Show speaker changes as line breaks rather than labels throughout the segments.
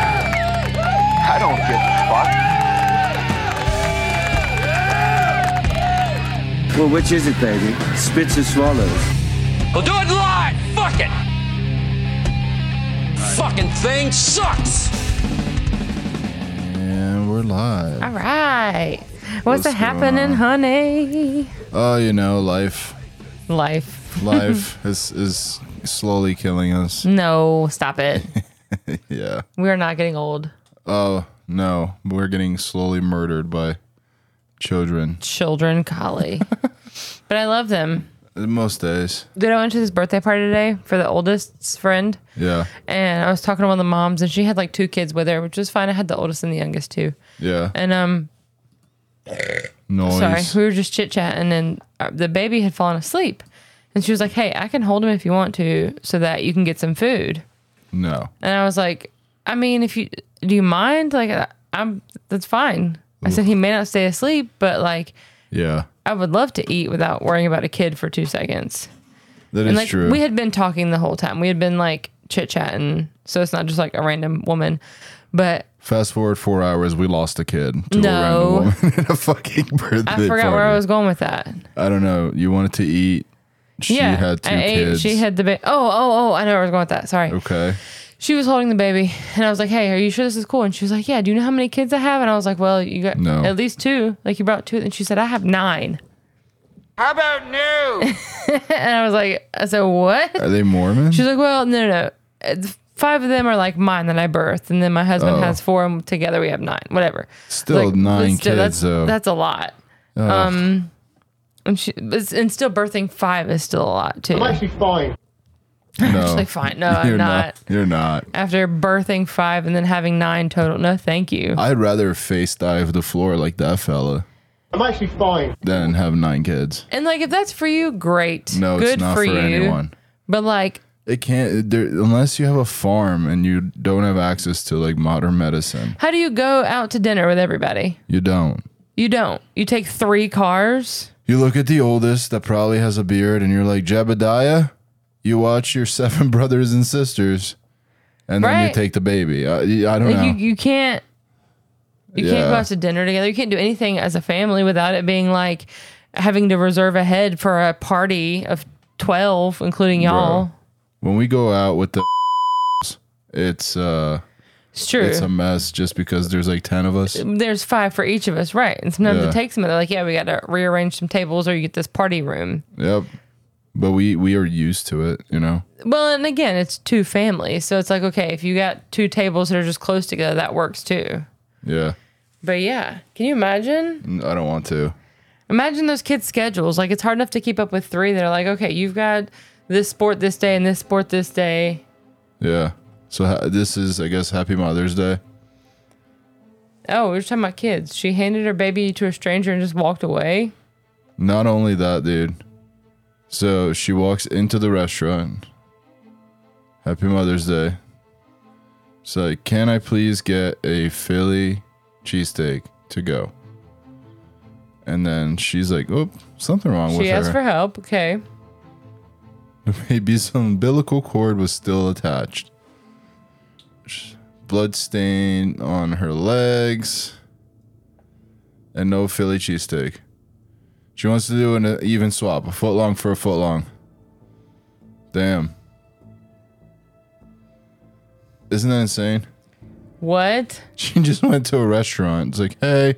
I don't give a fuck.
Well, which is it, baby? Spits or swallows?
We'll do it live. Fuck it. Fucking thing sucks.
And we're live.
All right. What's,
What's
a happening,
going on?
honey?
Oh, you know, life,
Life.
life is is slowly killing us.
No, stop it.
Yeah.
We are not getting old.
Oh no, we're getting slowly murdered by children
Children, golly. but I love them.
most days.
Dude, I went to this birthday party today for the oldest friend,
Yeah,
and I was talking to one of the moms, and she had like two kids with her, which was fine. I had the oldest and the youngest too.
yeah.
And um,
Noise.
sorry, we were just chit chatting, and uh, the baby had fallen asleep, and she was like, "Hey, I can hold him if you want to, so that you can get some food."
No.
And I was like, I mean, if you do you mind? Like, I- I'm that's fine. I said he may not stay asleep, but like,
Yeah,
I would love to eat without worrying about a kid for two seconds.
that is
And like,
true.
we had been talking the whole time. We had been like chit chatting, so it's not just like a random woman. But
Fast forward four hours, we lost a kid to a random
No.
woman at a fucking birthday
I forgot
party.
where I was going with that.
I don't know. You wanted to eat. She
yeah,
had two
I ate-
kids.
she had the baby. Oh, oh, oh! I know where I was going with that. Sorry.
Okay.
She was holding the baby, and I was like, "Hey, are you sure this is cool?" And she was like, "Yeah." Do you know how many kids I have? And I was like, "Well, you got
No.
at least two. Like you brought two. And she said, "I have nine.
How about new?
And I was like, I said, what?
Are they Mormon?
She's like, well, no, no, no. Uh, the Five of them are like mine that I birthed, and then my husband
Oh.
has four, and together we have nine. Whatever.
Still
Like,
nine
but still,
kids,
That's,
though.
that's a lot. Um, and she but- and still birthing five is still a lot too.
I'm actually fine.
no.
She's like, fine, no, I'm
You're
not.
You're not.
After birthing five and then having nine total, no, thank you.
I'd rather face dive the floor like that fella
I'm actually fine.
than have nine kids.
and like, if that's for you, great.
No,
good
it's not for,
you.
anyone.
But like,
It can't there, unless you have a farm and you don't have access to like modern medicine.
how do you go out to dinner with everybody?
You don't.
You don't. You take three cars.
You look at the oldest that probably has a beard, and you're like Jebediah. You watch your seven brothers and sisters, and then you
Right.
take the baby. I, I don't know.
Like you, you can't you can't go
Yeah.
out to dinner together. You can't do anything as a family without it being like having to reserve ahead for a party of twelve, including y'all.
when we go out with the, it's uh,
It's true.
it's a mess just because there's like ten of us.
There's five for each of us, right? And sometimes
Yeah.
it takes them. and They're like, yeah, we got to rearrange some tables, or you get this party room.
Yep. But we we are used to it, you know.
Well, and again, it's two families, so it's like okay, if you got two tables that are just close together, that works too.
Yeah.
But yeah, can you imagine?
N- I don't want to.
Imagine those kids' schedules. Like it's hard enough to keep up with three that are like, okay, you've got this sport this day and this sport this day.
Yeah. So ha- this is, I guess, Happy Mother's Day.
Oh, we were talking about kids. She handed her baby to a stranger and just walked away.
Not only that, dude. So she walks into the restaurant. Happy Mother's Day. It's like, can I please get a Philly cheesesteak to go? And then she's like, oh, something wrong with
she asked
her.
for help. Okay.
Maybe some umbilical cord was still attached. Blood stain on her legs. And no Philly cheesesteak. She wants to do an even swap, a foot long for a foot long. Damn. Isn't that insane?
What?
She just went to a restaurant. It's like, hey,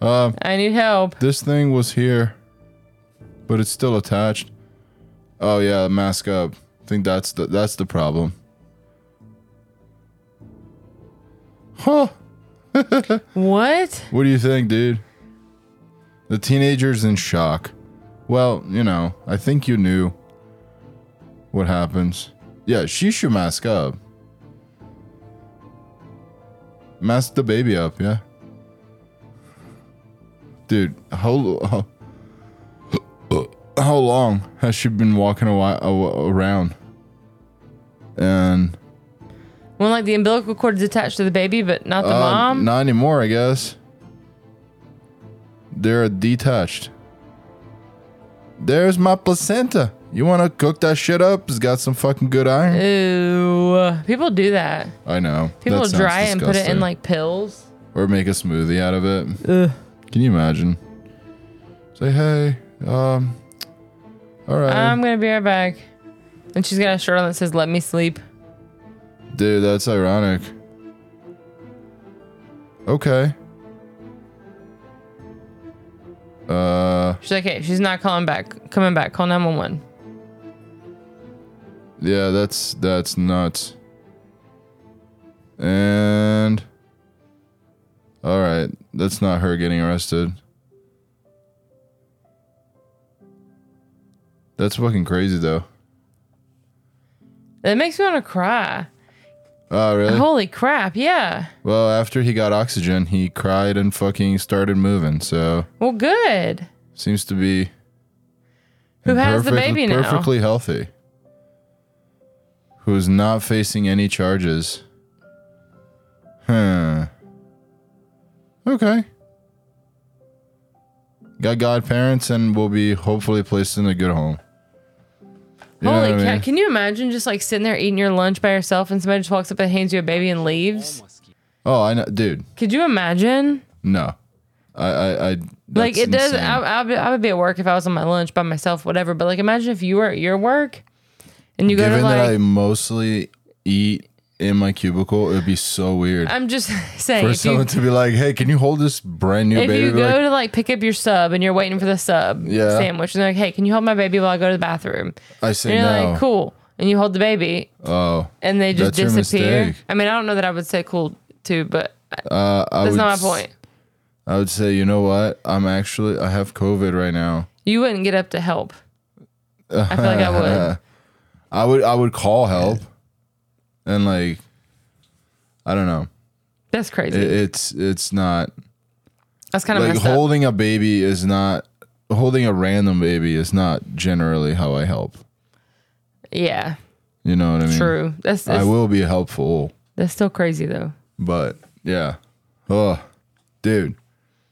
I need help.
this thing was here, but it's still attached. Oh yeah, mask up. I think that's the that's the problem. Huh?
What?
What do you think, dude? The teenager's in shock. Well, you know, I think you knew what happens. Yeah, she should mask up. Mask the baby up, yeah. Dude, how how, how long has she been walking a while, around? And
When like the umbilical cord is attached to the baby, but not the
uh,
mom.
Not anymore, I guess. They're detached. There's my placenta. You want to cook that shit up? It's got some fucking good iron.
Ooh, people do that.
I know.
Uh, People
that sounds
dry it and put it in
disgusting.
like pills.
or make a smoothie out of it. Can you imagine? Say hey, um, all right,
I'm Um, gonna be right back. And she's got a shirt on that says "Let me sleep."
dude. That's ironic. Okay. Uh,
She's like, "Hey, she's not calling back. Coming back. Call 911."
yeah, that's that's nuts. And all right, that's not her getting arrested. That's fucking crazy though.
That makes me want to cry.
Oh, really?
Holy crap! Yeah.
Well, after he got oxygen, he cried and fucking started moving. So
Well, good.
seems to be
Who has the
perfect-
baby now?
perfectly healthy. Who's not facing any charges? Huh. Okay. Got godparents and will be hopefully placed in a good home. You know
Holy
what I
cow!
mean?
Can you imagine just like sitting there eating your lunch by yourself, and somebody just walks up and hands you a baby and leaves?
Oh, I know, dude.
Could you imagine?
No, I, I, I
like
that's
it does.
insane.
I, I, would- I would be at work if I was on my lunch by myself, whatever. But like, imagine if you were at your work, and you go
Given
to
that I
like.
mostly eat in my cubicle, it would be so weird
I'm just saying.
for
if you-
someone to be like, "Hey, can you hold this brand new
if
baby?"
you
Be
go
like,
to like pick up your sub and you're waiting for the sub
Yeah.
sandwich and they're like, hey, can you hold my baby while I go to the bathroom?
I
And
say
you're
no.
like, cool. And you hold the baby
Oh,
and they just
That's your
disappear.
mistake.
I mean, I don't know that I would say cool too, but
uh, I
that's
would,
not
s-
my point.
I would say, you know what? I'm actually I have COVID right now.
You wouldn't get up to help. I feel like I would.
I would I would call help, and like, I don't know.
That's crazy.
It, it's it's not
that's kind of
like
messed up.
holding a baby is not holding a random baby is not generally how I help.
Yeah,
You know what I mean?
true. That's
I
that's,
will be helpful.
that's still crazy though.
But yeah. Oh, dude.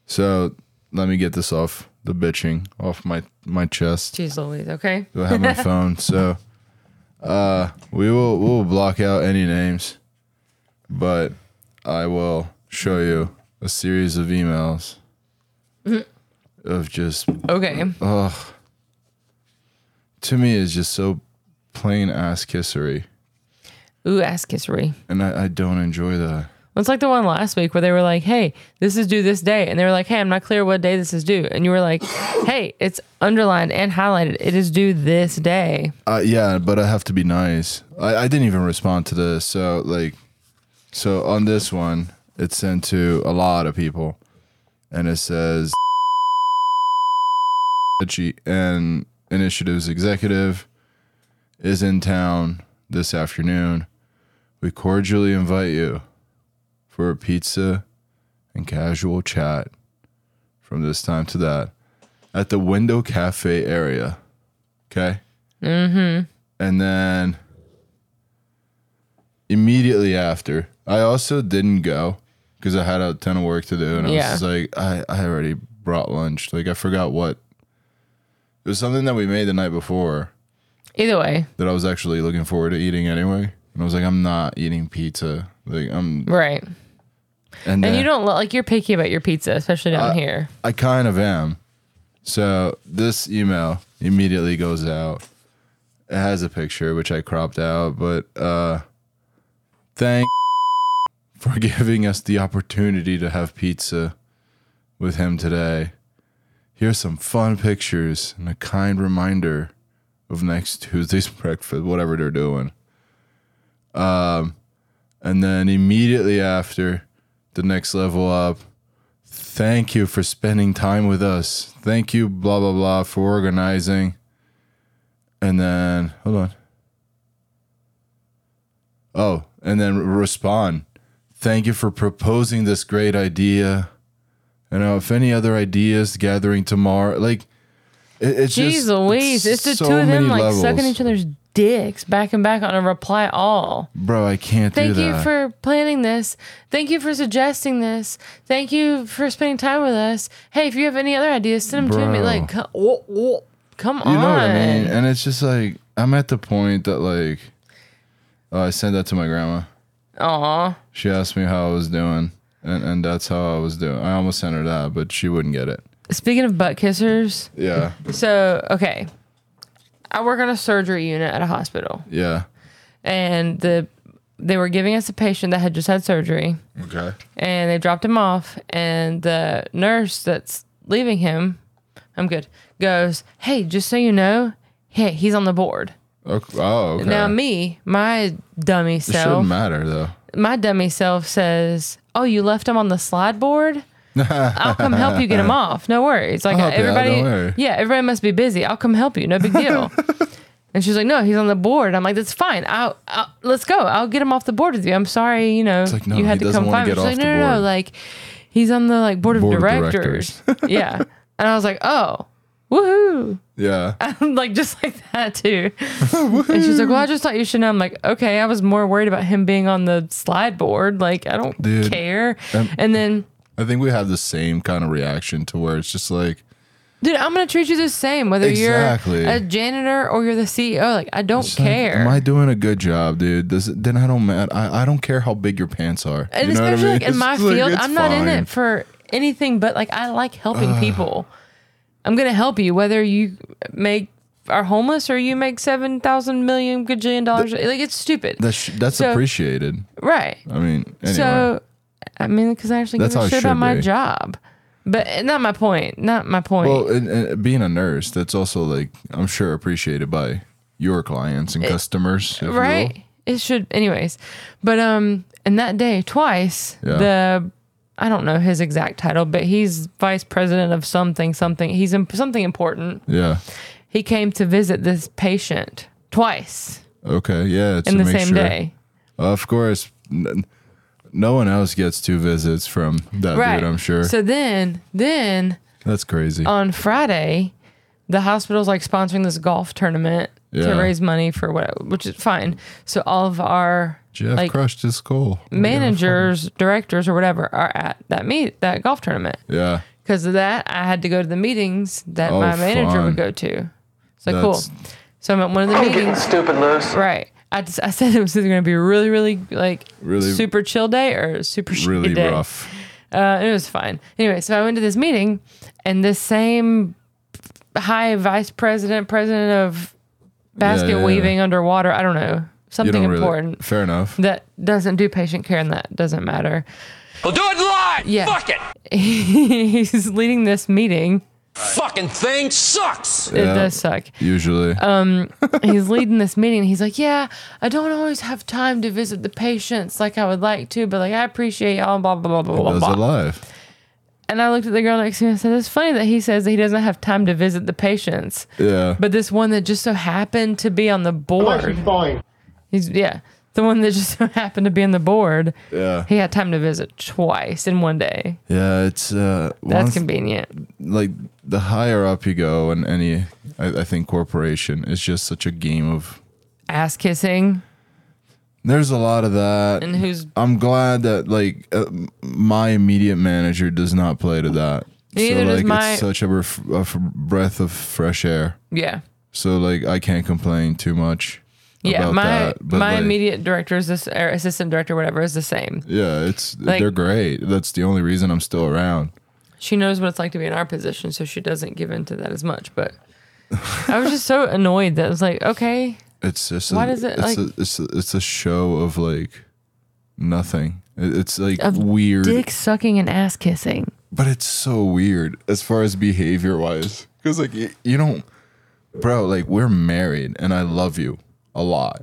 So let me get this off the bitching off my my chest.
Jeez Louise. Okay.
Do I have my phone? So uh we will we'll block out any names. But I will show you a series of emails of just
Okay.
to me is just so plain ass kissery.
Ooh, ass kissery.
And I, I don't enjoy that.
It's like the one last week where they were like, "Hey, this is due this day," and they were like, "Hey, I'm not clear what day this is due," and you were like, "Hey, it's underlined and highlighted. It is due this day."
Uh, yeah, but I have to be nice. I, I didn't even respond to this. So like, so on this one, it's sent to a lot of people, and it says, and initiatives executive is in town this afternoon. We cordially invite you for a pizza and casual chat from this time to that at the Window Cafe area. Okay. And then immediately after, I also didn't go because I had a ton of work to do. And I
Yeah.
was just like, I, I already brought lunch. Like, I forgot what. It was something that we made the night before
Either way,
that I was actually looking forward to eating anyway. And I was like, I'm not eating pizza. Like, I'm.
right?
And,
And
then
you don't lo- like you're picky about your pizza, especially
Uh,
down here.
I kind of am. So this email immediately goes out. It has a picture which I cropped out, but uh thank for giving us the opportunity to have pizza with him today. Here's some fun pictures and a kind reminder of next Tuesday's breakfast, whatever they're doing. Um and then immediately after the next level up Thank you for spending time with us. Thank you, blah, blah, blah, for organizing. And then, hold on. Oh, and then respond. Thank you for proposing this great idea. And uh, if any other ideas gathering tomorrow, like, it, it's
Jeez
just.
Louise, it's the
so
two of
many
them like
levels.
sucking each other's dicks back and back on a reply all.
Bro, I can't do
Thank
that.
you for planning this. Thank you for suggesting this. Thank you for spending time with us. Hey, if you have any other ideas, send them to me.
Bro.
Like, oh, oh. Come on.
You know what I mean? And it's just like I'm at the point that like oh, I sent that to my grandma.
Aw.
She asked me how I was doing, and, and that's how I was doing. I almost sent her that, but she wouldn't get it.
Speaking of butt kissers,
Yeah,
so okay. I work on a surgery unit at a hospital.
yeah.
and the they were giving us a patient that had just had surgery
Okay.
and they dropped him off and the nurse that's leaving him i'm good goes hey just so you know hey he's on the board
okay. Oh, okay.
now me my dummy
it shouldn't
self
matter though.
my dummy self says oh you left him on the slide board I'll come help you get him off. No worries. Like
I'll help you out,
everybody,
don't worry.
yeah, everybody must be busy. I'll come help you. No big deal. and she's like, no, he's on the board. I'm like, that's fine. I'll, I'll let's go. I'll get him off the board with you. I'm sorry, you know,
like, no,
you
he doesn't wanna
find me.
get
She's like,
off
no,
the
no, no,
board.
like he's on the like board of
Board of
directors. yeah. And I was like, oh, woohoo!
Yeah.
like just like that too. and she's like, well, I just thought you should know. I'm like, okay, I was more worried about him being on the slide board. Like I don't
Dude, Um,
care. and then.
I think we have the same kind of reaction to where it's just like,
Dude, I'm gonna treat you the same whether
Exactly.
you're a janitor or you're the CEO. Like, I don't
it's like,
care.
am I doing a good job, dude? Does it, then I don't matter. I, I don't care how big your pants are.
and
You know what I
especially
mean?
like in my
It's like,
field,
it's
I'm not in
fine.
it for anything but like I like helping people. I'm gonna help you whether you make are homeless or you make seven thousand million gajillion dollars. like it's stupid,
That's sh- that's
So-
appreciated.
right?
I mean, anyway.
So, I mean, because I actually
That's
give
how
a
it
shit about
should
my
be.
job, but eh, not my point. Not my point.
Well, and, and being a nurse, that's also like I'm sure appreciated by your clients and customers, if you will.
right it should anyways but um and that day twice
Yeah.
the i don't know his exact title but he's vice president of something something he's in something important
Yeah.
he came to visit this patient twice
Okay. Yeah. To
in the
make
same
sure.
day
Of course, n- no one else gets two visits from that
right
dude. I'm sure.
so um, then then
that's crazy.
on friday the hospital's like sponsoring this golf tournament
Yeah.
to raise money for what which is fine so all of our
Jeff
like
crushed his skull.
managers directors or whatever are at that meet that golf tournament
Yeah.
Because of that, I had to go to the meetings that
Oh,
my manager
fun.
would go to. So
That's-
cool. So I'm at one of the meetings.
Stupid loose.
Right. I just I said it was either going to be a really, really like
Really-
super chill day or a super shitty
Really
day.
rough.
Uh, it was fine. Anyway, so I went to this meeting, and this same high vice president, president of basket
yeah, yeah.
weaving underwater. I don't know
You
something
don't really.
important
Fair enough.
that doesn't do patient care, and that doesn't matter.
We'll do it live.
Yeah.
Fuck it.
He's leading this meeting.
Fucking thing sucks.
It
Yeah.
does suck.
Usually.
Uh, he's leading this meeting and he's like, Yeah, I don't always have time to visit the patients like I would like to, but like I appreciate y'all, blah, blah, blah, blah,
Those
blah, blah.
alive.
And I looked at the girl next to me and said, It's funny that he says that he doesn't have time to visit the patients,
Yeah.
but this one that just so happened to be on the board. He's, yeah, the one that just so happened to be on the board,
yeah.
he had time to visit twice in one day.
Yeah. It's uh.
That's
once-
convenient.
like the higher up you go in any I, I think corporation it's just such a game of
Ass kissing
there's a lot of that
and who's
i'm glad that like uh, my immediate manager does not play to that
Neither
so
does
like
my-
it's such a, ref- a f- breath of fresh air
yeah.
so like i can't complain too much
Yeah,
about
my
that but
my
like,
immediate director is this or assistant director, whatever, is the same.
yeah it's
like-
they're great that's the only reason i'm still around
she knows what it's like to be in our position, so she doesn't give in to that as much. But I was just so annoyed that I was like, okay,
It's just
Why
a,
does it,
it's
like-
a, it's a, it's a show of like nothing. It- It's like
Of
weird,
dick sucking and ass kissing.
but it's so weird as far as behavior wise. Because like y- you don't, bro. Like we're married, and I love you a lot.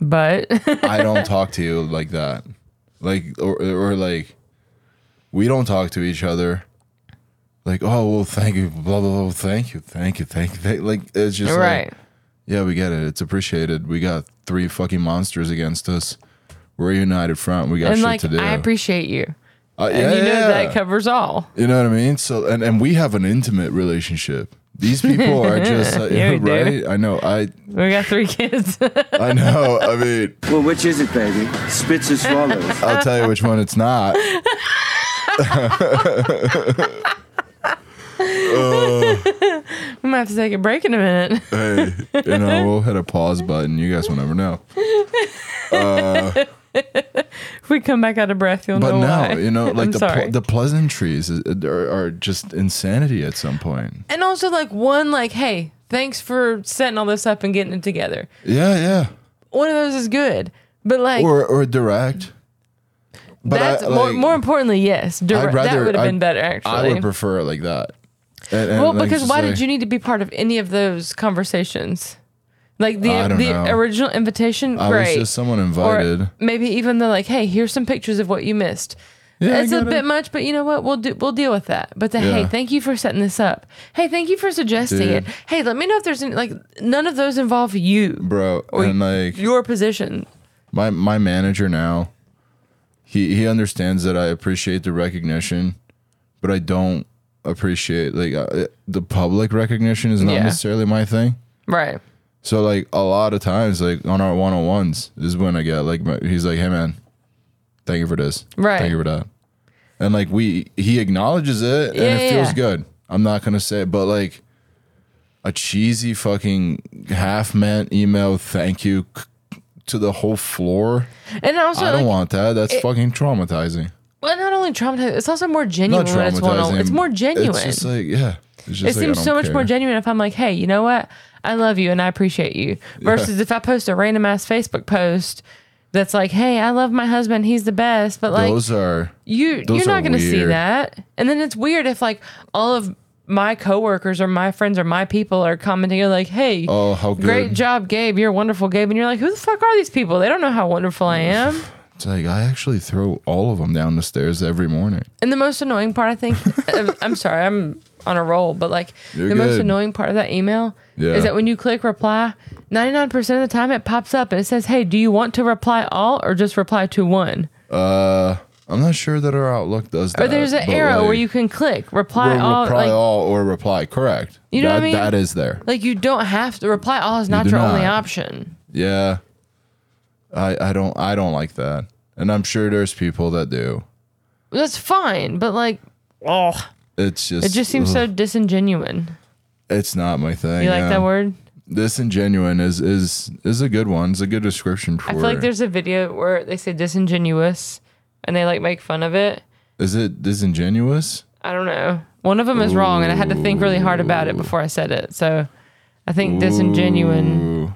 But
I don't talk to you like that, like or or like we don't talk to each other. Like oh well, thank you, blah blah blah. Thank you, thank you, thank you. Thank, like it's just like,
right,
yeah, we get it. It's appreciated. We got three fucking monsters against us. We're a united front. We got
and
shit
like
to do.
I appreciate you,
Uh,
and
yeah,
you know
yeah.
that covers all.
you know what I mean? So, and, and we have an intimate relationship. These people are just like,
Yeah, we do.
right. I know. I
We got three kids.
I know. I mean,
Well, which is it, baby? Spits or swallows?
I'll tell you which one it's not. Uh,
We might have to take a break in a minute.
Hey, you know, we'll hit a pause button. You guys will never know.
if we come back out of breath, you'll
But
know
now,
why.
you know,
I'm
like the,
sorry.
pl- the pleasantries is- uh, are, are just insanity at some point.
and also like one like, hey, thanks for setting all this up and getting it together.
Yeah, yeah.
One of those is good, but like
Or or direct. But
that's more,
like,
more importantly, yes, direct,
I'd rather,
that would have
I'd-
been better actually.
I would prefer it like that. And- and,
well,
like,
because
just
why
like-
did you need to be part of any of those conversations? Like the
I don't
the
know.
original invitation,
I was
great.
just someone
or
invited.
maybe even the like, hey, here's some pictures of what you missed.
Yeah, I
it's a
get it.
bit much, but you know what? We'll do. We'll deal with that. But the hey,
Yeah.
thank you for setting this up. Hey, thank you for suggesting it.
Dude.
Hey, let me know if there's any like none of those involve you,
bro. and like
your position.
my my manager now, he he understands that I appreciate the recognition, but I don't appreciate like uh, the public recognition is not
Yeah.
necessarily my thing.
Right.
So like a lot of times, like on our one on ones is when I get like my, he's like, "Hey man, thank you for this.
Right.
Thank you for that." And like we, he acknowledges it, and
Yeah,
it feels
yeah.
good. I'm not gonna say, it, but like a cheesy fucking half meant email, thank you c- to the whole floor.
And also,
I don't
like,
want that. That's fucking traumatizing.
well, not only traumatizing, it's also more genuine
Not
when it's one on.
traumatizing.
It's more genuine.
It's just like yeah. It's just
it
like, I
seems
don't
so much more
care.
genuine if I'm like, hey, you know what? I love you and I appreciate you. Versus if I post a random ass Facebook post that's like, hey, I love my husband, he's the best, but like
Those are
you
those
you're
are
not going to see
weird.
that. And then it's weird if like all of my coworkers or my friends or my people are commenting you're like, hey,
oh how good.
great job, Gabe, you're wonderful, Gabe, and you're like, who the fuck are these people? They don't know how wonderful I am.
It's like I actually throw all of them down the stairs every morning.
And the most annoying part, I think, I'm- I'm sorry, I'm on a roll, but like
You're
the most
good.
annoying part of that email
Yeah.
is that when you click reply, 99% of the time it pops up and it says, hey, do you want to reply all or just reply to one?
Uh, I'm not sure that our outlook does that.
Or there's an
but,
arrow
like,
where you can click reply
re- reply
all.
all,
like,
or reply correct.
You know
that,
what I mean?
That is there.
like you don't have to reply all is not
do
your only
not.
option.
Yeah, I I don't I don't like that, and I'm sure there's people that do.
That's fine, but like, oh,
It's just
it just seems so disingenuous.
It's not my thing.
You like
yeah.
that word?
Disingenuine is is is a good one. It's a good description for.
I feel like there's a video where they say disingenuous and they like make fun of it.
Is it disingenuous?
I don't know. One of them is wrong, and I had to think really hard about it before I said it. So I think disingenuine,
Ooh.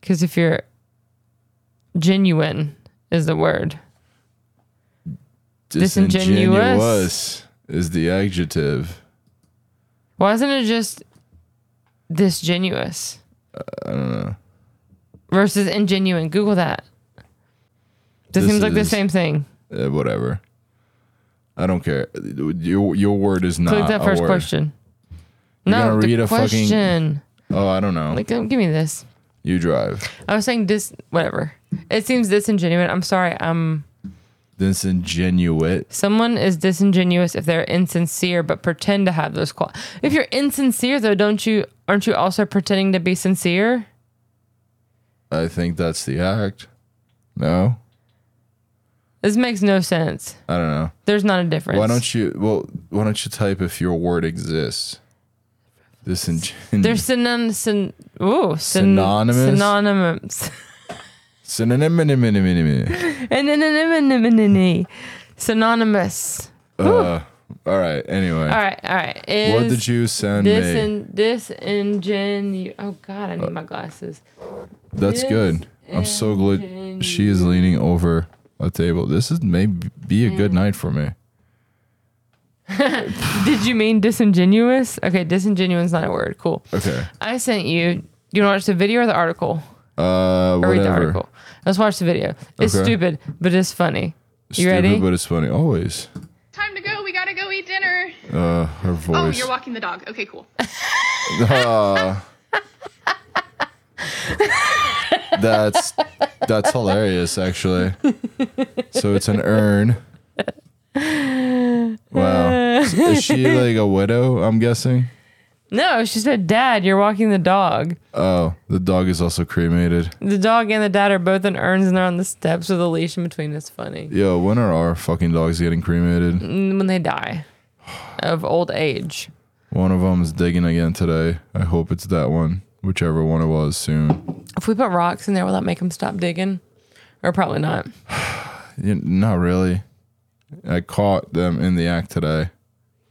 because if you're genuine is the word. Disingenuous.
Disingenuous is the adjective.
Why isn't it just disgenuous? I don't know. Versus ingenuine. Google that. This,
This
seems like the
is-
same thing.
uh, whatever. I don't care. Your your word is not
Click that first
a word.
question.
gonna
No, the
read a fucking-
question.
Oh, I don't know.
Like, um, give me this.
you drive.
I was saying dis. Whatever. It seems disingenuous. I'm sorry. I'm.
Disingenuous.
Someone is disingenuous if they're insincere but pretend to have those qualities. If you're insincere though, don't you aren't you also pretending to be sincere?
I think that's the act. No,
This makes no sense.
I don't know.
There's not a difference.
Why don't you? Well, why don't you type if your word exists? Disingenuous.
They're synon syn, ooh, syn,
Synonymous?
synonymous
synonym.
synonymous synonymous.
Uh, all right. Anyway,
All right, all right.
what
Is
did you send me?
disin disingenu? Oh God, I need my glasses.
That's good. I'm so glad she is leaning over a table. This is may be a
Mm.
good night for me. Uh.
Did you mean disingenuous? Okay, disingenuous is not a word. Cool.
Okay.
I sent you. Do you want to watch the video or the article?
Uh,
Or read the
whatever.
article. Let's watch the video. It's
Okay.
stupid, but it's funny. You
Stupid,
ready?
But it's funny. Always.
Time to go. We gotta go eat dinner.
Uh, her
Oh,
voice.
you're walking the dog. Okay, cool.
Ah. that's that's hilarious, actually. So it's an urn. Wow. Is she like a widow? I'm guessing.
No, she said, "Dad, you're walking the dog."
Oh, the dog is also cremated.
The dog and the dad are both in urns, and they're on the steps with a leash in between. It's funny
Yo, when are our fucking dogs getting cremated?
Mm, when they die of old age.
One of them's digging again today. I hope it's that one, whichever one it was soon.
If we put rocks in there, will that make them stop digging? Or probably not.
Yeah, not really. I caught them in the act today,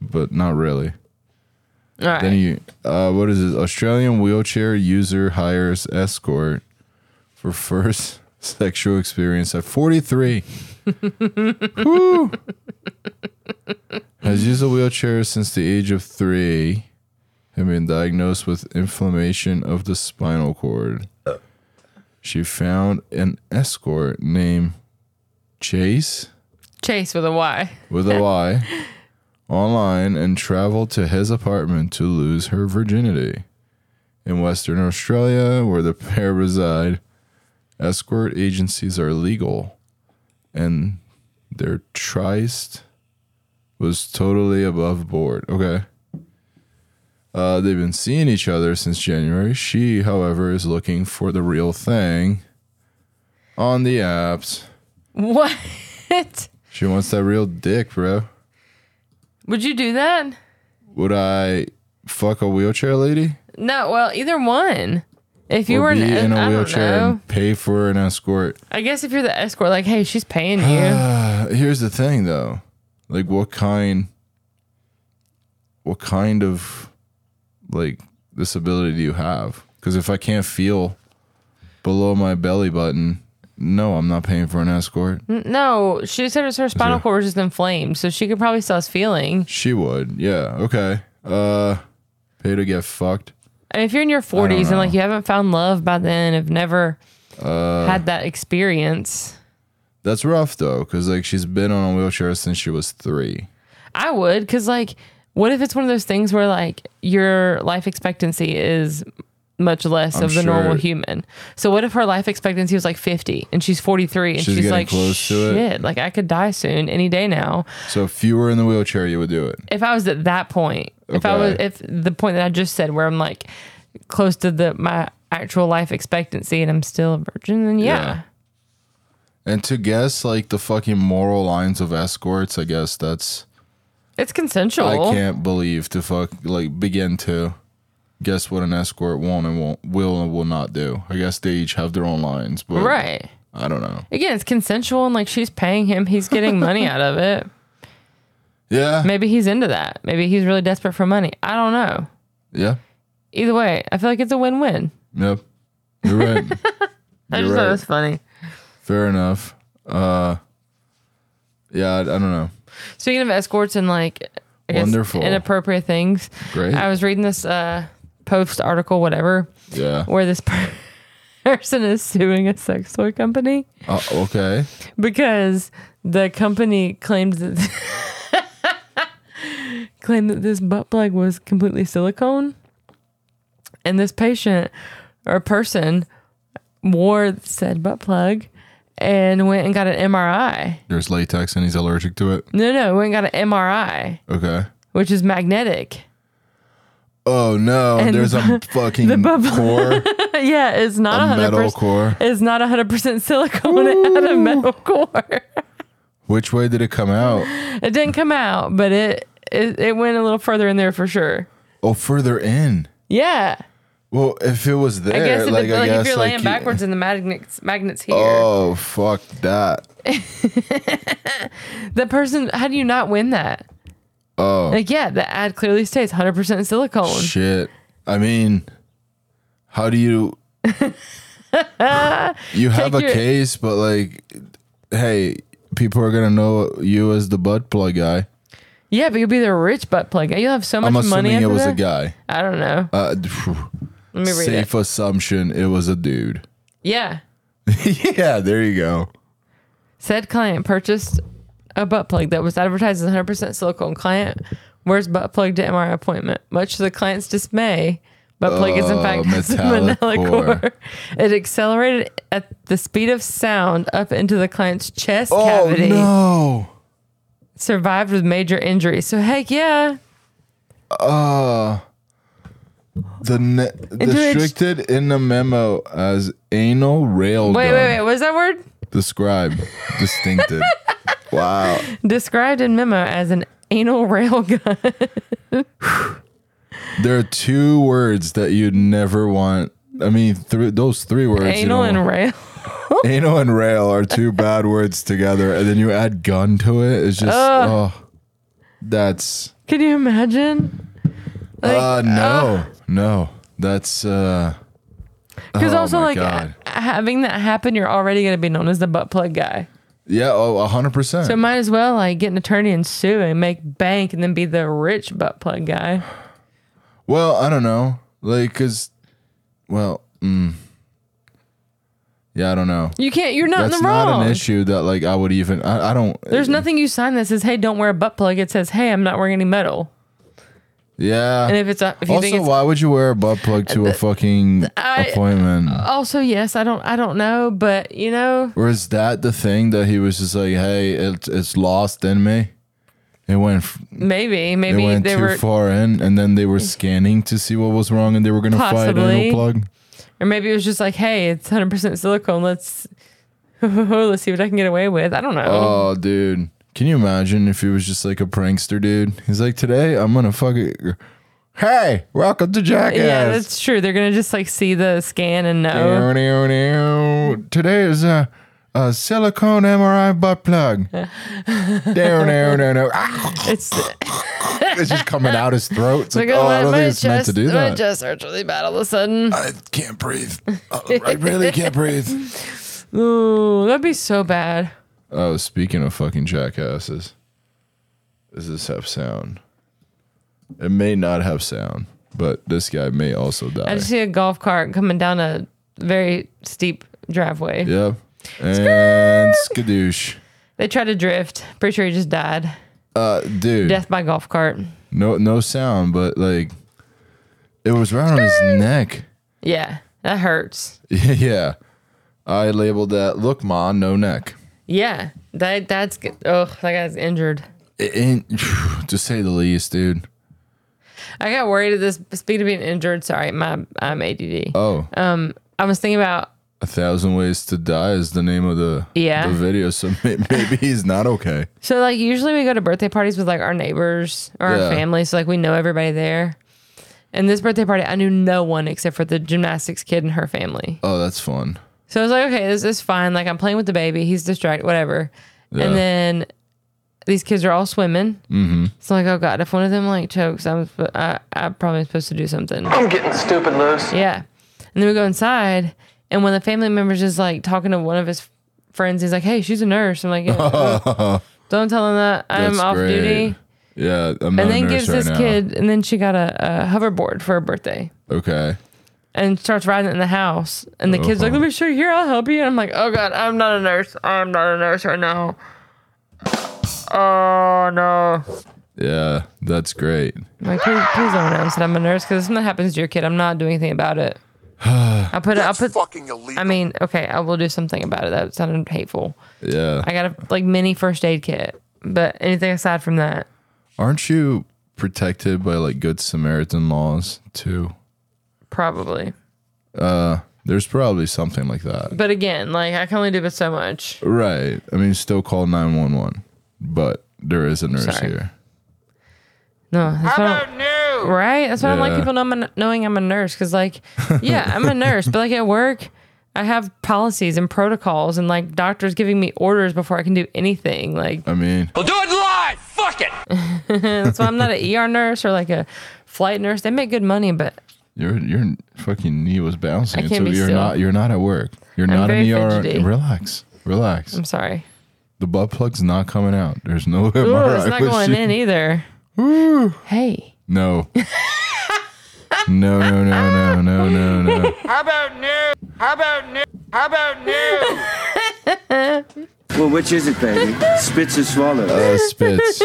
but not really.
All right.
Then you, uh, what is this? Australian wheelchair user hires escort for first sexual experience at 43. Whew. Has used a wheelchair since the age of three and been diagnosed with inflammation of the spinal cord. She found an escort named Chase
Chase with a Y.
with a Y online and traveled to his apartment to lose her virginity. In Western Australia, where the pair reside, escort agencies are legal, and their tryst was totally above board. Okay. Uh, they've been seeing each other since January. She, however, is looking for the real thing on the apps.
What?
She wants that real dick, bro.
Would you do that?
Would I fuck a wheelchair lady?
No, well, either one. If you
or
were
be
an,
in
I
a
don't
wheelchair
know.
and pay for an escort?
I guess if you're the escort, like, hey, she's paying you.
Uh, here's the thing, though. Like, what kind? What kind of like disability do you have? Because if I can't feel below my belly button, no, I'm not paying for an escort.
Hmm. no, she said it's her spinal
Yeah.
cord was just inflamed, so she could probably still us feeling.
She would. Yeah. Okay. Uh, pay to get fucked.
And if you're in your 40s and like you haven't found love by then, have never
Uh,
had that experience,
That's rough though, because like she's been on a wheelchair since she was three.
I would, because like, what if it's one of those things where like your life expectancy is much less of the
sure-
normal human? So what if her life expectancy was like 50 and she's 43 and
She's
she's,
getting
like,
close to it.
shit, like I could die soon any day now.
So if you were in the wheelchair, you would do it.
if I was at that point, if I was
Okay.
if the point that I just said where I'm like close to the my actual life expectancy and I'm still a virgin, then yeah.
Yeah. And to guess like the fucking moral lines of escorts, I guess that's
It's consensual.
I can't believe to fuck like begin to guess what an escort won't and won't will and will not do. I guess they each have their own lines, but
Right.
I don't know.
Again, it's consensual and like she's paying him, he's getting money out of it.
Yeah,
Maybe he's into that. Maybe he's really desperate for money. I don't know.
yeah,
Either way, I feel like it's a win win.
yep. You're right.
I
You're
just thought it
right.
was funny.
Fair enough. Uh, yeah, I, I don't know.
Speaking of escorts and like I guess
Wonderful.
inappropriate things.
Great.
I was reading this uh post article, whatever.
Yeah.
where this per- person is suing a sex toy company
Uh, okay.
because the company claimed that claimed that this butt plug was completely silicone, and this patient or person wore said butt plug and went and got an MRI.
There's latex and he's allergic to it.
No, no, went and got an MRI,
Okay.
which is magnetic.
Oh no!
And
there's
the
a fucking
bubble-
core,
yeah, it's not
a
hundred
metal
percent.
core.
It's not hundred percent silicone. It had a metal core.
Which way did it come out?
It didn't come out, but it, it it went a little further in there for sure.
Oh, further in.
Yeah,
Well, if it was there,
I guess it
like,
depends.
I
Like
guess
if you're
like,
laying
you-
backwards and the magnets magnets here,
Oh fuck that!
the person how do you not win that? Oh, like yeah, the ad clearly states 100 percent silicone.
Shit. I mean, how do you? you have a
Take your-
case, but like, hey, people are gonna know you as the butt plug guy.
Yeah, but you'll be the rich butt plug. You'll have so much
I'm
money.
assuming
after
it was
that.
a guy.
I don't know.
Uh,
Let me read
safe
it.
assumption, it was a dude.
Yeah,
yeah, there you go.
said client purchased a butt plug that was advertised as 100 percent silicone. Client wears butt plug to MRI appointment. Much to the client's dismay, butt plug is in
Oh,
fact has a
metallic
manila
core.
core. It accelerated at the speed of sound up into the client's chest
Oh
cavity.
no!
Survived with major injuries. So heck yeah,
Uh, the ne-
it's-
restricted in the memo as anal rail
wait,
gun.
wait, wait. What was that word?
Describe distinctive. wow.
Described in memo as an anal rail gun.
There are two words that you'd never want. I mean, th- those three words. you
Anal
don't
and
want.
rail.
anal and rail are two bad words together, and then you add gun to it. It's just oh, that's
Can you imagine?
uh no no that's uh
Because
Oh
also,
my
like
God.
ha- having that happen, you're already going to be known as the butt plug guy.
yeah oh a hundred percent.
So might as well like get an attorney and sue and make bank and then be the rich butt plug guy.
Well, I don't know. Like, cause, well, mm, yeah, I don't know.
You can't. You're not
That's
in the wrong.
not an issue that like I would even. I, I don't.
There's nothing you sign that says, "Hey, don't wear a butt plug." It says, "Hey, I'm not wearing any metal."
yeah.
And if it's a, if you think
also,
it's
why would you wear a butt plug to a fucking
I- uh.
appointment?
also yes, I don't I don't know, but you know,
or is that the thing that he was just like, hey, it's it's lost in me. It went f-
maybe
it
maybe
went
they
too
were
far in, and then they were scanning to see what was wrong, and they were gonna fight
Possibly.
anal plug.
or maybe it was just like, "Hey, it's 100% silicone. Let's let's see what I can get away with." I don't know.
Oh, dude. Can you imagine if he was just like a prankster dude? He's like, today I'm gonna fuck it. Hey, welcome to Jackass.
yeah, that's true. They're going to just like see the scan and know.
Today is a, a silicone MRI butt plug. Down, down, down, down. Ah,
It's
it's just coming out his throat. It's like,
Like,
oh, I
my-
don't
my
think it's meant to
chest-
do
My
that.
chest hurts really bad all of a sudden.
I can't breathe. Oh, I really can't breathe.
Ooh, that'd be so bad.
Oh, speaking of fucking jackasses, does this have sound? It may not have sound, but this guy may also
I
die.
just see a golf cart coming down a very steep driveway.
Yep. And skadoosh.
They tried to drift. Pretty sure he just died.
Uh, dude,
Death by golf cart.
no, no sound, but like, it was right on his neck.
Yeah, that hurts.
yeah. I labeled that. Look, ma, no neck.
Yeah, that that's good. Oh, that guy's injured.
It ain't, to say the least, dude.
I got worried at this. Speaking of being injured, sorry, my I'm ADD.
Oh,
I was thinking about
a thousand ways to die is the name of the
Yeah.
the video. So may- maybe he's not okay.
So like usually we go to birthday parties with like our neighbors or
Yeah.
our family, so like we know everybody there. And this birthday party, I knew no one except for the gymnastics kid and her family.
Oh, that's fun.
So I was like, okay, this is fine. Like I'm playing with the baby, he's distracted, whatever.
Yeah.
And then these kids are all swimming. Mm-hmm. So I'm like, oh god, if one of them like chokes, I'm sp- I, I'm probably supposed to do something.
I'm getting stupid loose.
Yeah. And then we go inside, and one of the family members is like talking to one of his friends. He's like, hey, she's a nurse. I'm like, yeah, well, don't tell him that. I'm
That's
off
great.
duty.
Yeah, I'm not
And
a
then
nurse
gives
right
this
now.
kid, and then she got a, a hoverboard for her birthday
Okay.
and starts riding it in the house. And the kid's like,
Uh-huh.
let me show you here. I'll help you. And I'm like, oh God, I'm not a nurse. I'm not a nurse right now. Oh no.
Yeah, that's great.
I'm like, please, please don't announce that I'm a nurse because if something happens to your kid, I'm not doing anything about it. I put it, I'll put,
fucking illegal.
I mean, okay, I will do something about it. That sounded hateful.
Yeah.
I got a like mini first aid kit, but anything aside from that,
Aren't you protected by like good Samaritan laws too?
probably.
There's probably something like that.
But again, like I can only do but so much.
Right. I mean, still call 911, but there is a nurse
Sorry.
here.
No, that's
How
what I'm,
about new?
right. That's why I don't like
Yeah.
people know I'm a, knowing I'm a nurse because, like, yeah, I'm a nurse, but like at work, I have policies and protocols, and like doctors giving me orders before I can do anything. Like
I mean,
We'll do it live. Fuck it.
that's why I'm not an ER nurse or like a flight nurse. They make good money, but
your your fucking knee was bouncing,
I can't
so
be
you're
still.
not you're not at work. You're not in
very
the ER.
fidgety.
Relax. Relax.
I'm sorry.
The butt plug's not coming out. There's no
Ooh,
MRI
it's not going
machine.
in either. Hey.
No. no, no, no, no, no, no, no.
How about new? How about new? How about new?
Well, which is it, baby? Spits or swallows?
Uh, spits.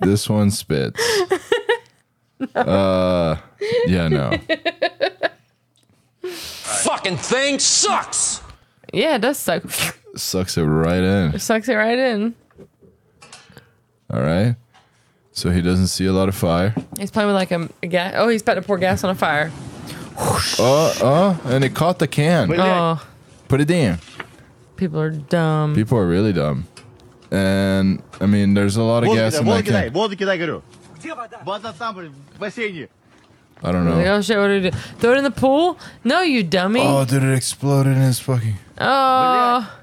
this one spits. Uh, yeah, no.
Fucking thing sucks.
Yeah, it does suck.
Sucks it right in.
Sucks it right in.
All right. So he doesn't see a lot of fire.
He's playing with like a, a gas. Oh, he's about to pour gas on a fire.
Uh, uh, and it caught the can.
Oh,
Put it in.
people are dumb.
People are really dumb. And I mean, there's a lot of gas in that can.
воду кидай, говорю. Вода там, в бассейне.
I don't know.
Like, oh shit, what do we do? Throw it in the pool? No, you dummy.
Oh, dude, it exploded in his fucking.
Oh,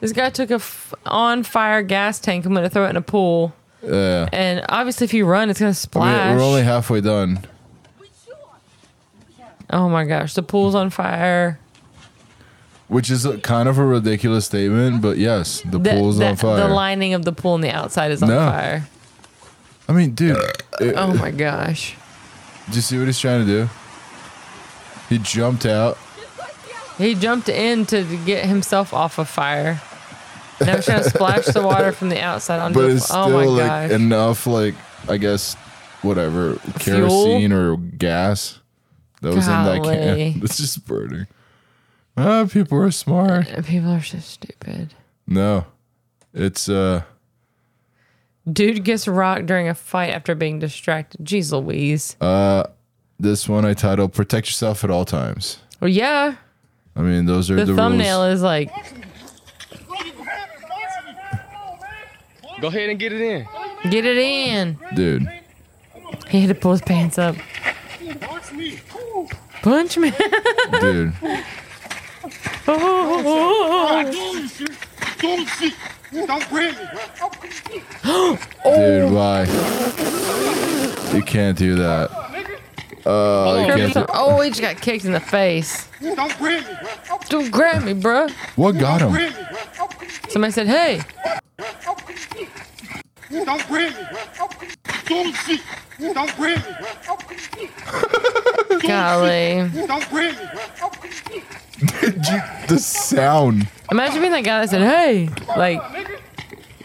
this guy took a f- on fire gas tank. I'm gonna throw it in a pool,
Yeah.
and obviously, if you run, it's gonna
We're,
splash.
we're only halfway done.
oh my gosh, the pool's on fire.
Which is a, kind of a ridiculous statement, but yes, the,
The,
pool's
the-
on fire.
The lining of the pool on the outside is on
No.
fire.
I mean, dude, it,
Oh my gosh.
do you see what he's trying to do? He jumped out.
He jumped in to get himself off of fire. Now he's trying to splash the water from the outside onto
but
the
it's
fl-
still
Oh my
like
gosh.
enough like i guess whatever kerosene or gas that was in that
Golly.
can it's just burning ah people are smart
People are so stupid.
no it's uh
Dude gets rocked during a fight after being distracted. Jeez Louise.
Uh. this one i titled protect yourself at all times
well, yeah.
i mean those are the,
The, thumbnail is like,
Go ahead and get it in.
get it in.
rules dude
He had to pull his pants up. Punch me.
dude dude why you can't do that uh, you can't do-
oh, he just got kicked in the face. Don't grab me, bruh.
what got him
Somebody said, hey, golly.
the sound.
Imagine being that guy that said, hey. Like,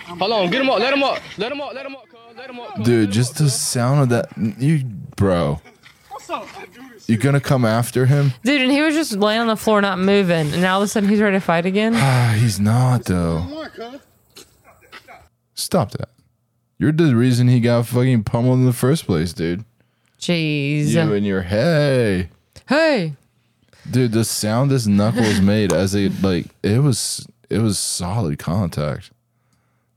Hold on, get him up, let him up, let him up, let him up, cuz, let him up. cuz.
Dude, just the sound of that. You, bro. You gonna come after him?
Dude, and he was just laying on the floor, not moving, and now all of a sudden he's ready to fight again.
Ah, he's not, though. Stop that. You're the reason he got fucking pummeled in the first place, dude.
Jeez.
You and your hey.
Hey,
Dude, the sound his knuckles made as a like it was it was solid contact.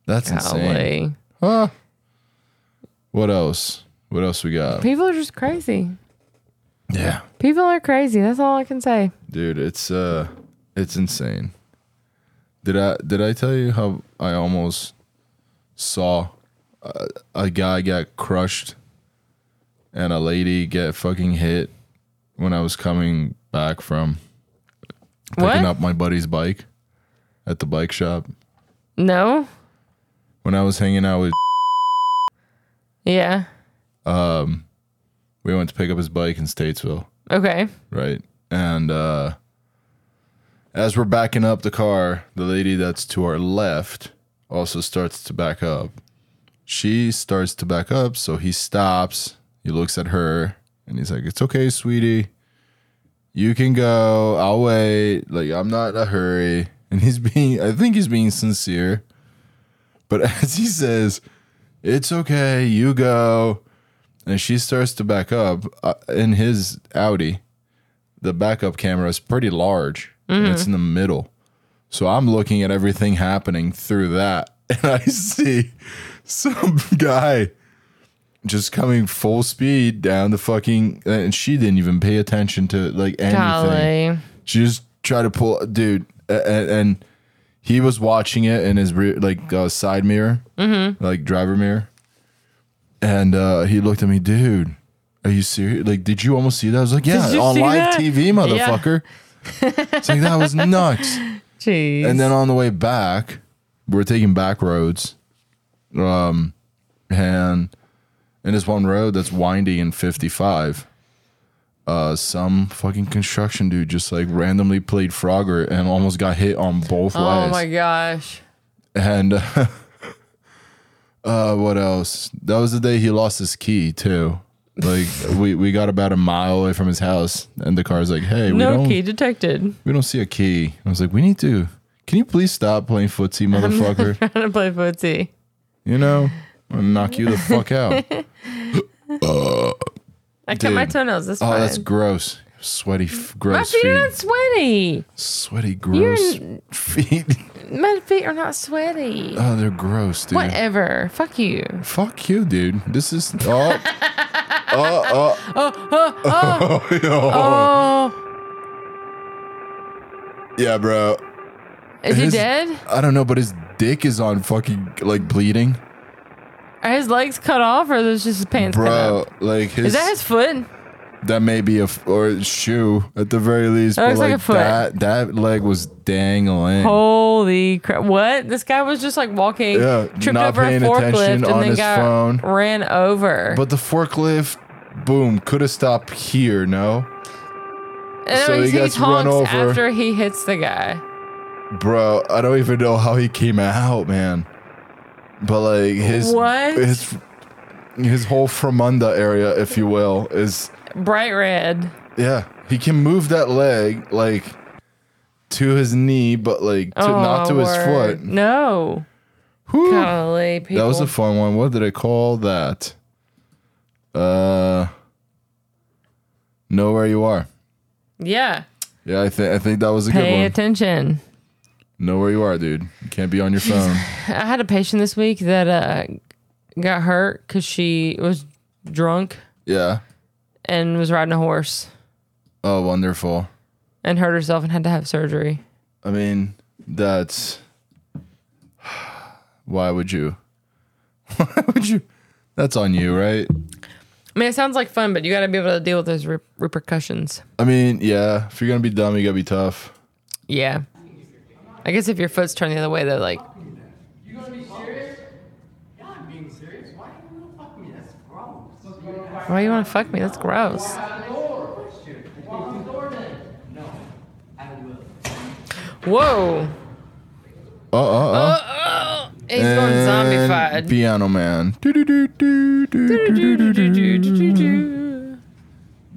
That's insane.
golly.
Huh? What else? What else we got?
People are just crazy.
Yeah.
People are crazy. That's all I can say.
dude it's uh it's insane did i did i tell you how i almost saw a, a guy get crushed and a lady get fucking hit when i was coming back from picking
What?
up my buddy's bike at the bike shop
No?
when i was hanging out with
Yeah.
we went to pick up his bike in statesville
Okay.
right? And uh, as we're backing up the car, the lady that's to our left also starts to back up. She starts to back up, so he stops. He looks at her and he's like, It's okay, sweetie. You can go. I'll wait. Like, I'm not in a hurry. And he's being, I think he's being sincere. But as he says, It's okay, you go. And she starts to back up uh, in his Audi the backup camera is pretty large and it's in the middle. So I'm looking at everything happening through that and I see some guy just coming full speed down the fucking and she didn't even pay attention to like anything.
Golly.
She just tried to pull dude and, and he was watching it in his rear, like uh, side mirror,
Mm-hmm.
like driver mirror. And uh, he looked at me, dude. Are you serious? Like, did you almost see that? I was like, yeah,
Did you
on
see
live
that?
TV, motherfucker. it's like that was nuts.
Jeez.
And then on the way back, we're taking back roads, um, and in this one road that's windy in 55, uh, some fucking construction dude just like randomly played Frogger and almost got hit on both
oh
ways.
my gosh.
And uh, what else? That was the day he lost his key too. Like we, we got about a mile away from his house, and the car's like, "Hey, we
No
don't
key detected.
we don't see a key." I was like, "We need to. Can you please stop playing footsie, motherfucker?
Trying to play footsie.
you know, I'm gonna knock you the fuck out."
I cut my
Dude.
toenails. That's
oh,
fine.
that's gross. Sweaty, f-
my
gross
feet are not
feet.
sweaty.
Sweaty, gross feet.
My feet are not sweaty.
Oh, they're gross, dude.
Whatever. Fuck you.
Fuck you, dude. This is oh. oh,
Uh,
oh, yo.
Oh,
Yeah, bro.
is he
His-
dead?
I don't know, but his dick is on fucking like bleeding,
Are his legs cut off, or is just his pants cut
bro.
up?
Like his
Is that his foot?
that may be a f- or shoe at the very least.
That
but
looks like a foot.
That that leg was dangling.
Holy crap! What? This guy was just like walking,
Yeah,
tripped
not
over a
paying
forklift,
attention
and
on
then
his
got
phone.
ran over.
But the forklift, boom, could have stopped here. No,
and
so
he,
he gets run
honks
over.
after he hits the guy.
bro. I don't even know how he came out, man. But like his
What?
his his whole Fremunda area, if you will, is
Bright red.
Yeah, he can move that leg like to his knee, but like to, not
Oh,
to
word.
his foot.
No.
Whew.
Golly, people.
That was a fun one. What did I call that? Uh, know where you are.
yeah.
Yeah, I think I think that was a good
Pay
one.
attention.
know where you are, dude. You can't be on your phone.
I had a patient this week that uh, got hurt because she was drunk
yeah.
and was riding a horse
Oh, wonderful.
and hurt herself and had to have surgery.
I mean, that's why would you? Why would you? That's on you, right?
I mean, it sounds like fun, but you got to be able to deal with those re- repercussions.
I mean, yeah. If you're gonna be dumb, you gotta be tough.
Yeah. I guess if your foot's turned the other way, though, like, why you want to fuck me? That's gross. Whoa.
Uh uh uh.
Oh, He's going
And
zombified.
Piano man.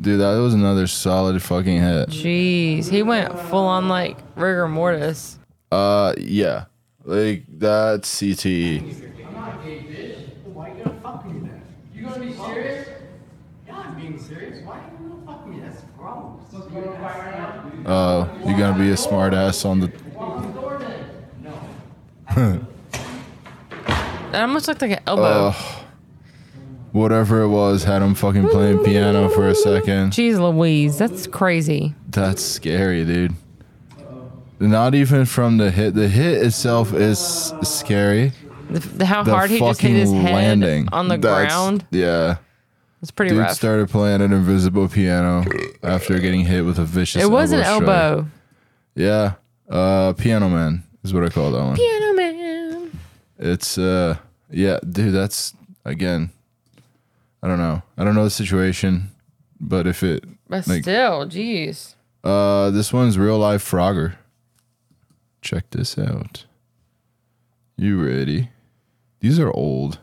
Dude, that was another solid fucking hit.
Jeez, he went full on like rigor mortis.
Uh, yeah, like that's E. CTE. Oh, you gonna be a smart ass on the
That almost looked like an elbow.
whatever it was had him fucking playing piano for a second.
Jeez Louise, that's crazy.
That's scary, dude. Not even from the hit. The hit itself is scary.
The, the- how
The
hard he just hit
fucking
his head
landing
on the
That's-
ground.
Yeah,
It's pretty
dude
rough.
started playing an invisible piano after getting hit with a vicious.
it was an
strike.
elbow.
Yeah, uh, piano man is what I call that one.
Piano man.
It's uh, yeah, dude. That's again. I don't know. I don't know the situation, but if it
But
Like-
still, jeez.
Uh, this one's real life Frogger. Check this out. You ready? These are old.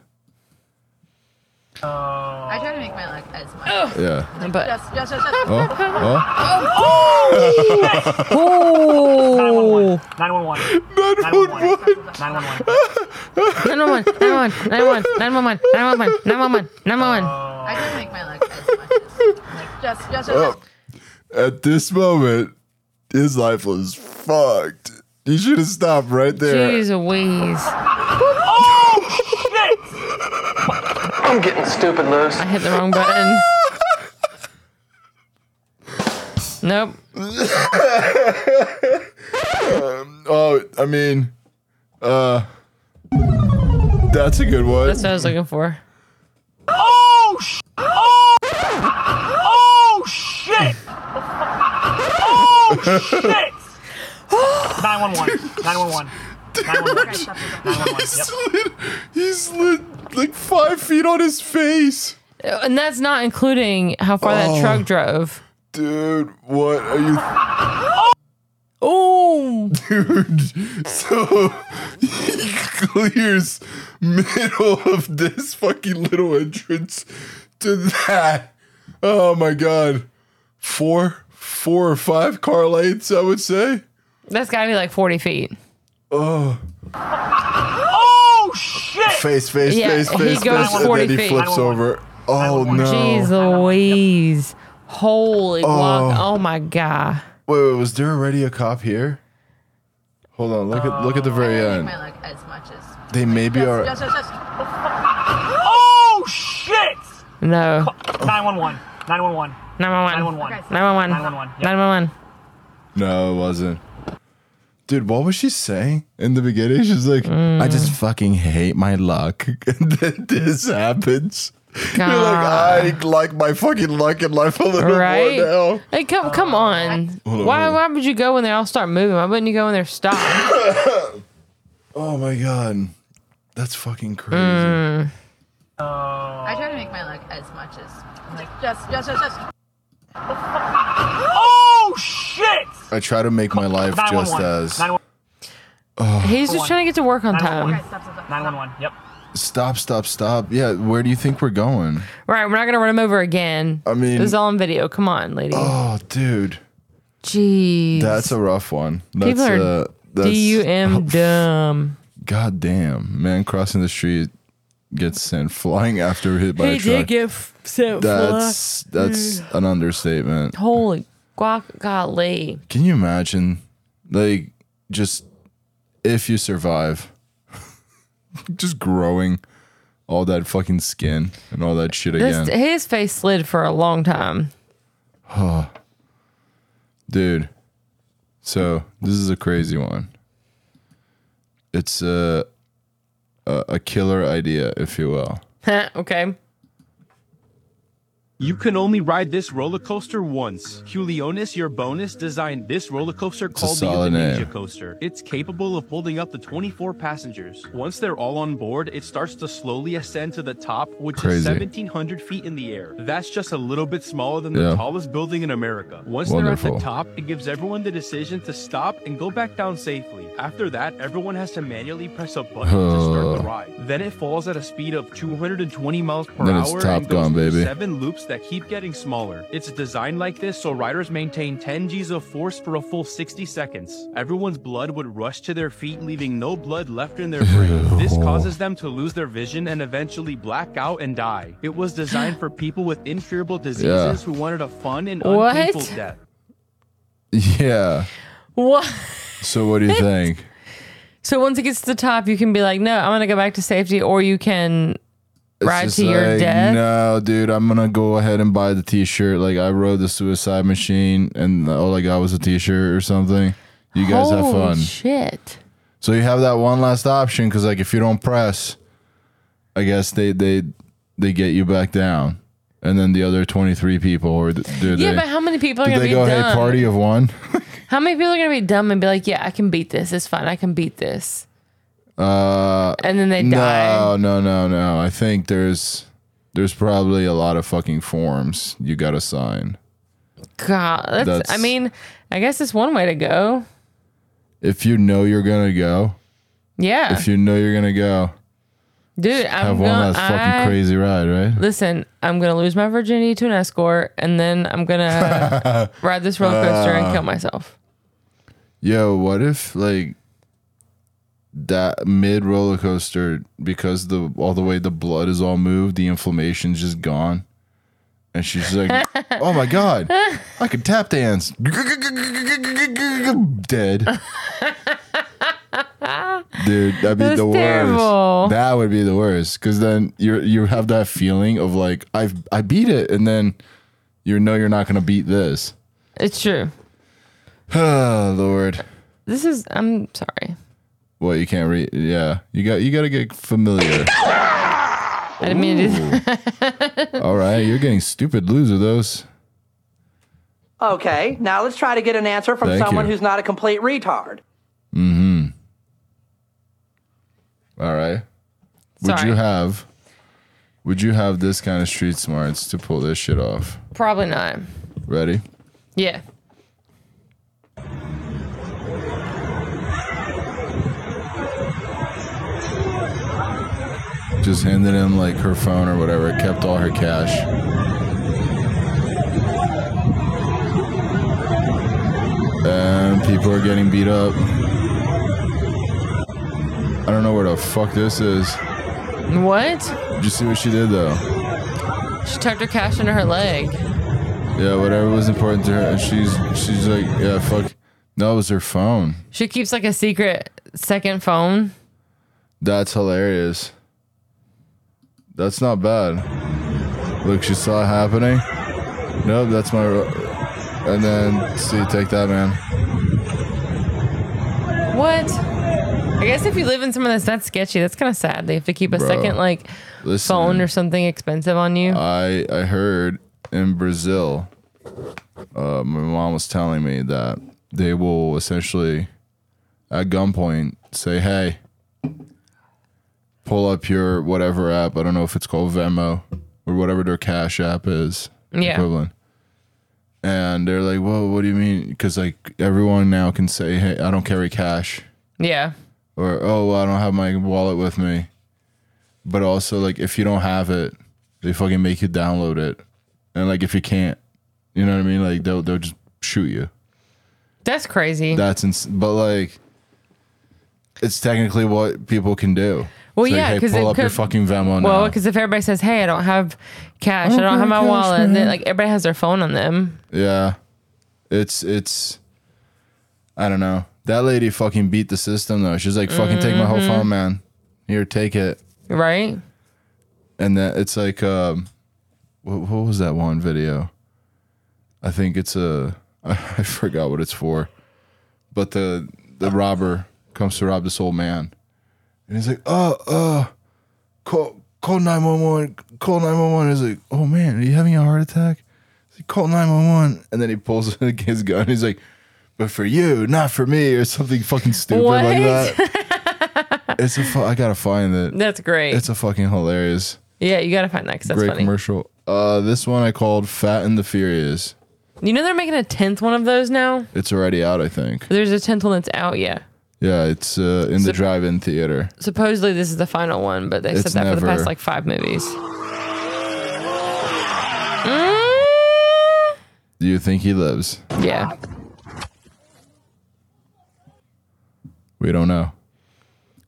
I try to make my luck as much.
Yeah.
But
Just, just, just.
Oh, oh.
oh,
911. 911.
nine one one, nine one one, nine one one, nine one one, nine one one, nine one one, nine one one.
I try to make my luck as much as like, just, just, just. just.
At this moment, his life was fucked. You should have stopped right there.
Jeez Louise,
I'm getting stupid loose.
I hit the wrong button. Nope.
Oh, I mean, uh, that's a good one.
That's what I was looking for.
Oh, Oh,
he, slid, he slid like five feet on his face.
And that's not including how far
Oh.
that truck drove.
Dude, what are you?
Oh,
Dude, so he clears middle of this fucking little entrance to that. Oh my god. Four four or five car lights, I would say.
that's got to be like forty feet.
Oh.
Oh,
Face, face,
Yeah,
face,
he
face,
goes
face, and
40
then he
feet.
flips over. Oh no.
Jeez Louise. Holy block. Oh my God.
Wait, wait, was there already a cop here? Hold on, look at look at the very
I make
end.
my luck as much as.
They maybe
Just,
are
Oh,
just, just, just.
No.
911. 911.
911.
911.
911.
911, yeah.
911.
No, it wasn't. Dude, what was she saying in the beginning? She's like, I
Mm.
just fucking hate my luck. and then this happens. You're like, I like my fucking luck in life a little
Ah. Right?
more now.
Hey, come come on.
oh. Hold on,
Why
hold
why would you go when they all start moving? Why wouldn't you go when they're stopped?
Oh my god. That's fucking crazy.
Mm.
I try to make my luck as much as like just just just, just.
Oh shit!
I try to make my life just
911.
as
911.
He's just trying to get to work on time.
911.
Guys, stop, stop, stop.
911. Yep.
stop, stop, stop. Yeah, where do you think we're going?
Right, we're not gonna run him over again.
I mean-
this is all on video. Come on, lady.
Oh, dude,
Jeez,
that's a rough one. That's
people
uh,
are
that's,
DUM dumb.
God damn, man, crossing the street gets sent flying after hit by a truck.
get f- sent
that's that's an understatement.
fly. holy guac golly.
Can you imagine, like, just if you survive, just growing all that fucking skin and all that shit again,
This, his face slid for a long time.
dude. So this is a crazy one. It's a a, a killer idea, if you will.
okay.
You can only ride this roller coaster once. Julionis, your bonus, designed this roller coaster called the
solid
Ninja
name.
Coaster. It's capable of holding up to 24 passengers. Once they're all on board, it starts to slowly ascend to the top, which
Crazy.
is 1,700 feet in the air. That's just a little bit smaller than
Yeah.
the tallest building in America. Once they're
Wonderful.
at the top, it gives everyone the decision to stop and go back down safely. After that, everyone has to manually press a button to start the ride. Then it falls at a speed of 220 miles per
Then
hour
it's Top
and goes
Gun,
through
baby.
seven loops that keep getting smaller. It's designed like this so riders maintain 10 G's of force for a full 60 seconds. Everyone's blood would rush to their feet, leaving no blood left in their brain. This causes them to lose their vision and eventually black out and die. It was designed for people with incurable diseases who wanted a fun and
What?
unpainful death.
Yeah.
What?
So what do you think?
So once it gets to the top, you can be like, "No, I'm gonna go back to safety," or you can
It's
Ride
just
to your
like,
death?
No, dude, I'm gonna go ahead and buy the T-shirt. Like I rode the Suicide Machine, and all I got was a T-shirt or something. You guys
holy
have fun.
Shit.
so you have that one last option because, like, if you don't press, I guess they they they get you back down, and then the other 23 people or th- do
Yeah,
they?
but how many people are
do
gonna
they
be
go,
dumb?
hey, party of one?
How many people are gonna be dumb and be like, "Yeah, I can beat this. It's fine. I can beat this,"
Uh,
and then they die?
no, no, no, no. I think there's there's probably a lot of fucking forms you gotta sign.
God, that's, I
That's-
mean, I guess it's one way to go.
If you know you're gonna go,
Yeah,
if you know you're gonna go,
dude, I'm
have
gonna.
one last
I-
fucking crazy ride, right?
Listen, I'm gonna lose my virginity to an escort, and then I'm gonna ride this roller coaster and
Uh.
kill myself.
Yo, what if like that mid roller coaster because the all the way the blood is all moved, the inflammation's just gone, and she's like, "Oh my god, I could tap dance." Dead. Dude, that'd be
That's
the
terrible.
worst. That would be the worst because then you you have that feeling of like I've I beat it, and then you know you're not gonna beat this.
It's true.
Oh, Lord.
This is. I'm sorry.
Well, you can't read. Yeah, you got you got to get familiar.
I didn't mean to. do that.
All right, you're getting stupid loser those.
Okay, now let's try to get an answer from
Thank
someone
you.
who's not a complete retard.
All right. Would
Sorry.
you have? Would you have this kind of street smarts to pull this shit off?
Probably not.
Ready?
Yeah.
Just handed him like her phone or whatever. Kept all her cash. And people are getting beat up. I don't know where the fuck this is.
What?
Did you see what she did though?
She tucked her cash under her leg.
Yeah, whatever was important to her, and she's she's like, yeah, fuck. No, it was her phone.
She keeps like a secret second phone.
That's hilarious. That's not bad. Look, she saw it happening. Nope, that's my. ro- And then, see, take that, man.
What? I guess if you live in someone that's that sketchy, that's kind of sad. They have to keep a
Bro,
second like
Listen,
phone or something expensive on you.
I I heard in Brazil, uh, my mom was telling me that they will essentially, at gunpoint, say, "Hey, pull up your whatever app. I don't know if it's called Venmo or whatever their Cash app is
Yeah.
equivalent." And they're like, "Whoa, what do you mean?" Because like everyone now can say, "Hey, I don't carry cash."
yeah.
or oh well, I don't have my wallet with me. But also like if you don't have it, they fucking make you download it. And like if you can't, you know what I mean? Like they'll they'll just shoot you.
That's crazy.
That's ins- but like it's technically what people can do.
Well,
It's
yeah,
like,
'cause
hey, pull
it
up your
could-
fucking Venmo
well,
now.
because if everybody says, "Hey, I don't have cash. I don't have my wallet," then like everybody has their phone on them.
Yeah, it's it's. I don't know. That lady fucking beat the system though. She's like, fucking take my whole
Mm-hmm,
phone, man. Here, take it.
Right?
and that it's like um what, what was that one video i think it's a i forgot what it's for but the the robber comes to rob this old man and he's like uh uh call call 911 call 911 he's like oh man are you having a heart attack he's like, call 911 and then he pulls his gun he's like but for you not for me or something fucking stupid like
What?
that it's a fu- i gotta find it
That's great.
it's a fucking hilarious
yeah, you gotta find that 'cause that's
great
funny.
commercial. Uh, this one I called "Fat and the Furious."
You know they're making a tenth one of those now.
It's already out, I think.
There's a tenth one that's out. Yeah.
Yeah, it's uh, in the drive-in theater.
Supposedly this is the final one, but they
It's
said that for
never-
the past like five movies.
Do you think he lives?
Yeah.
We don't know.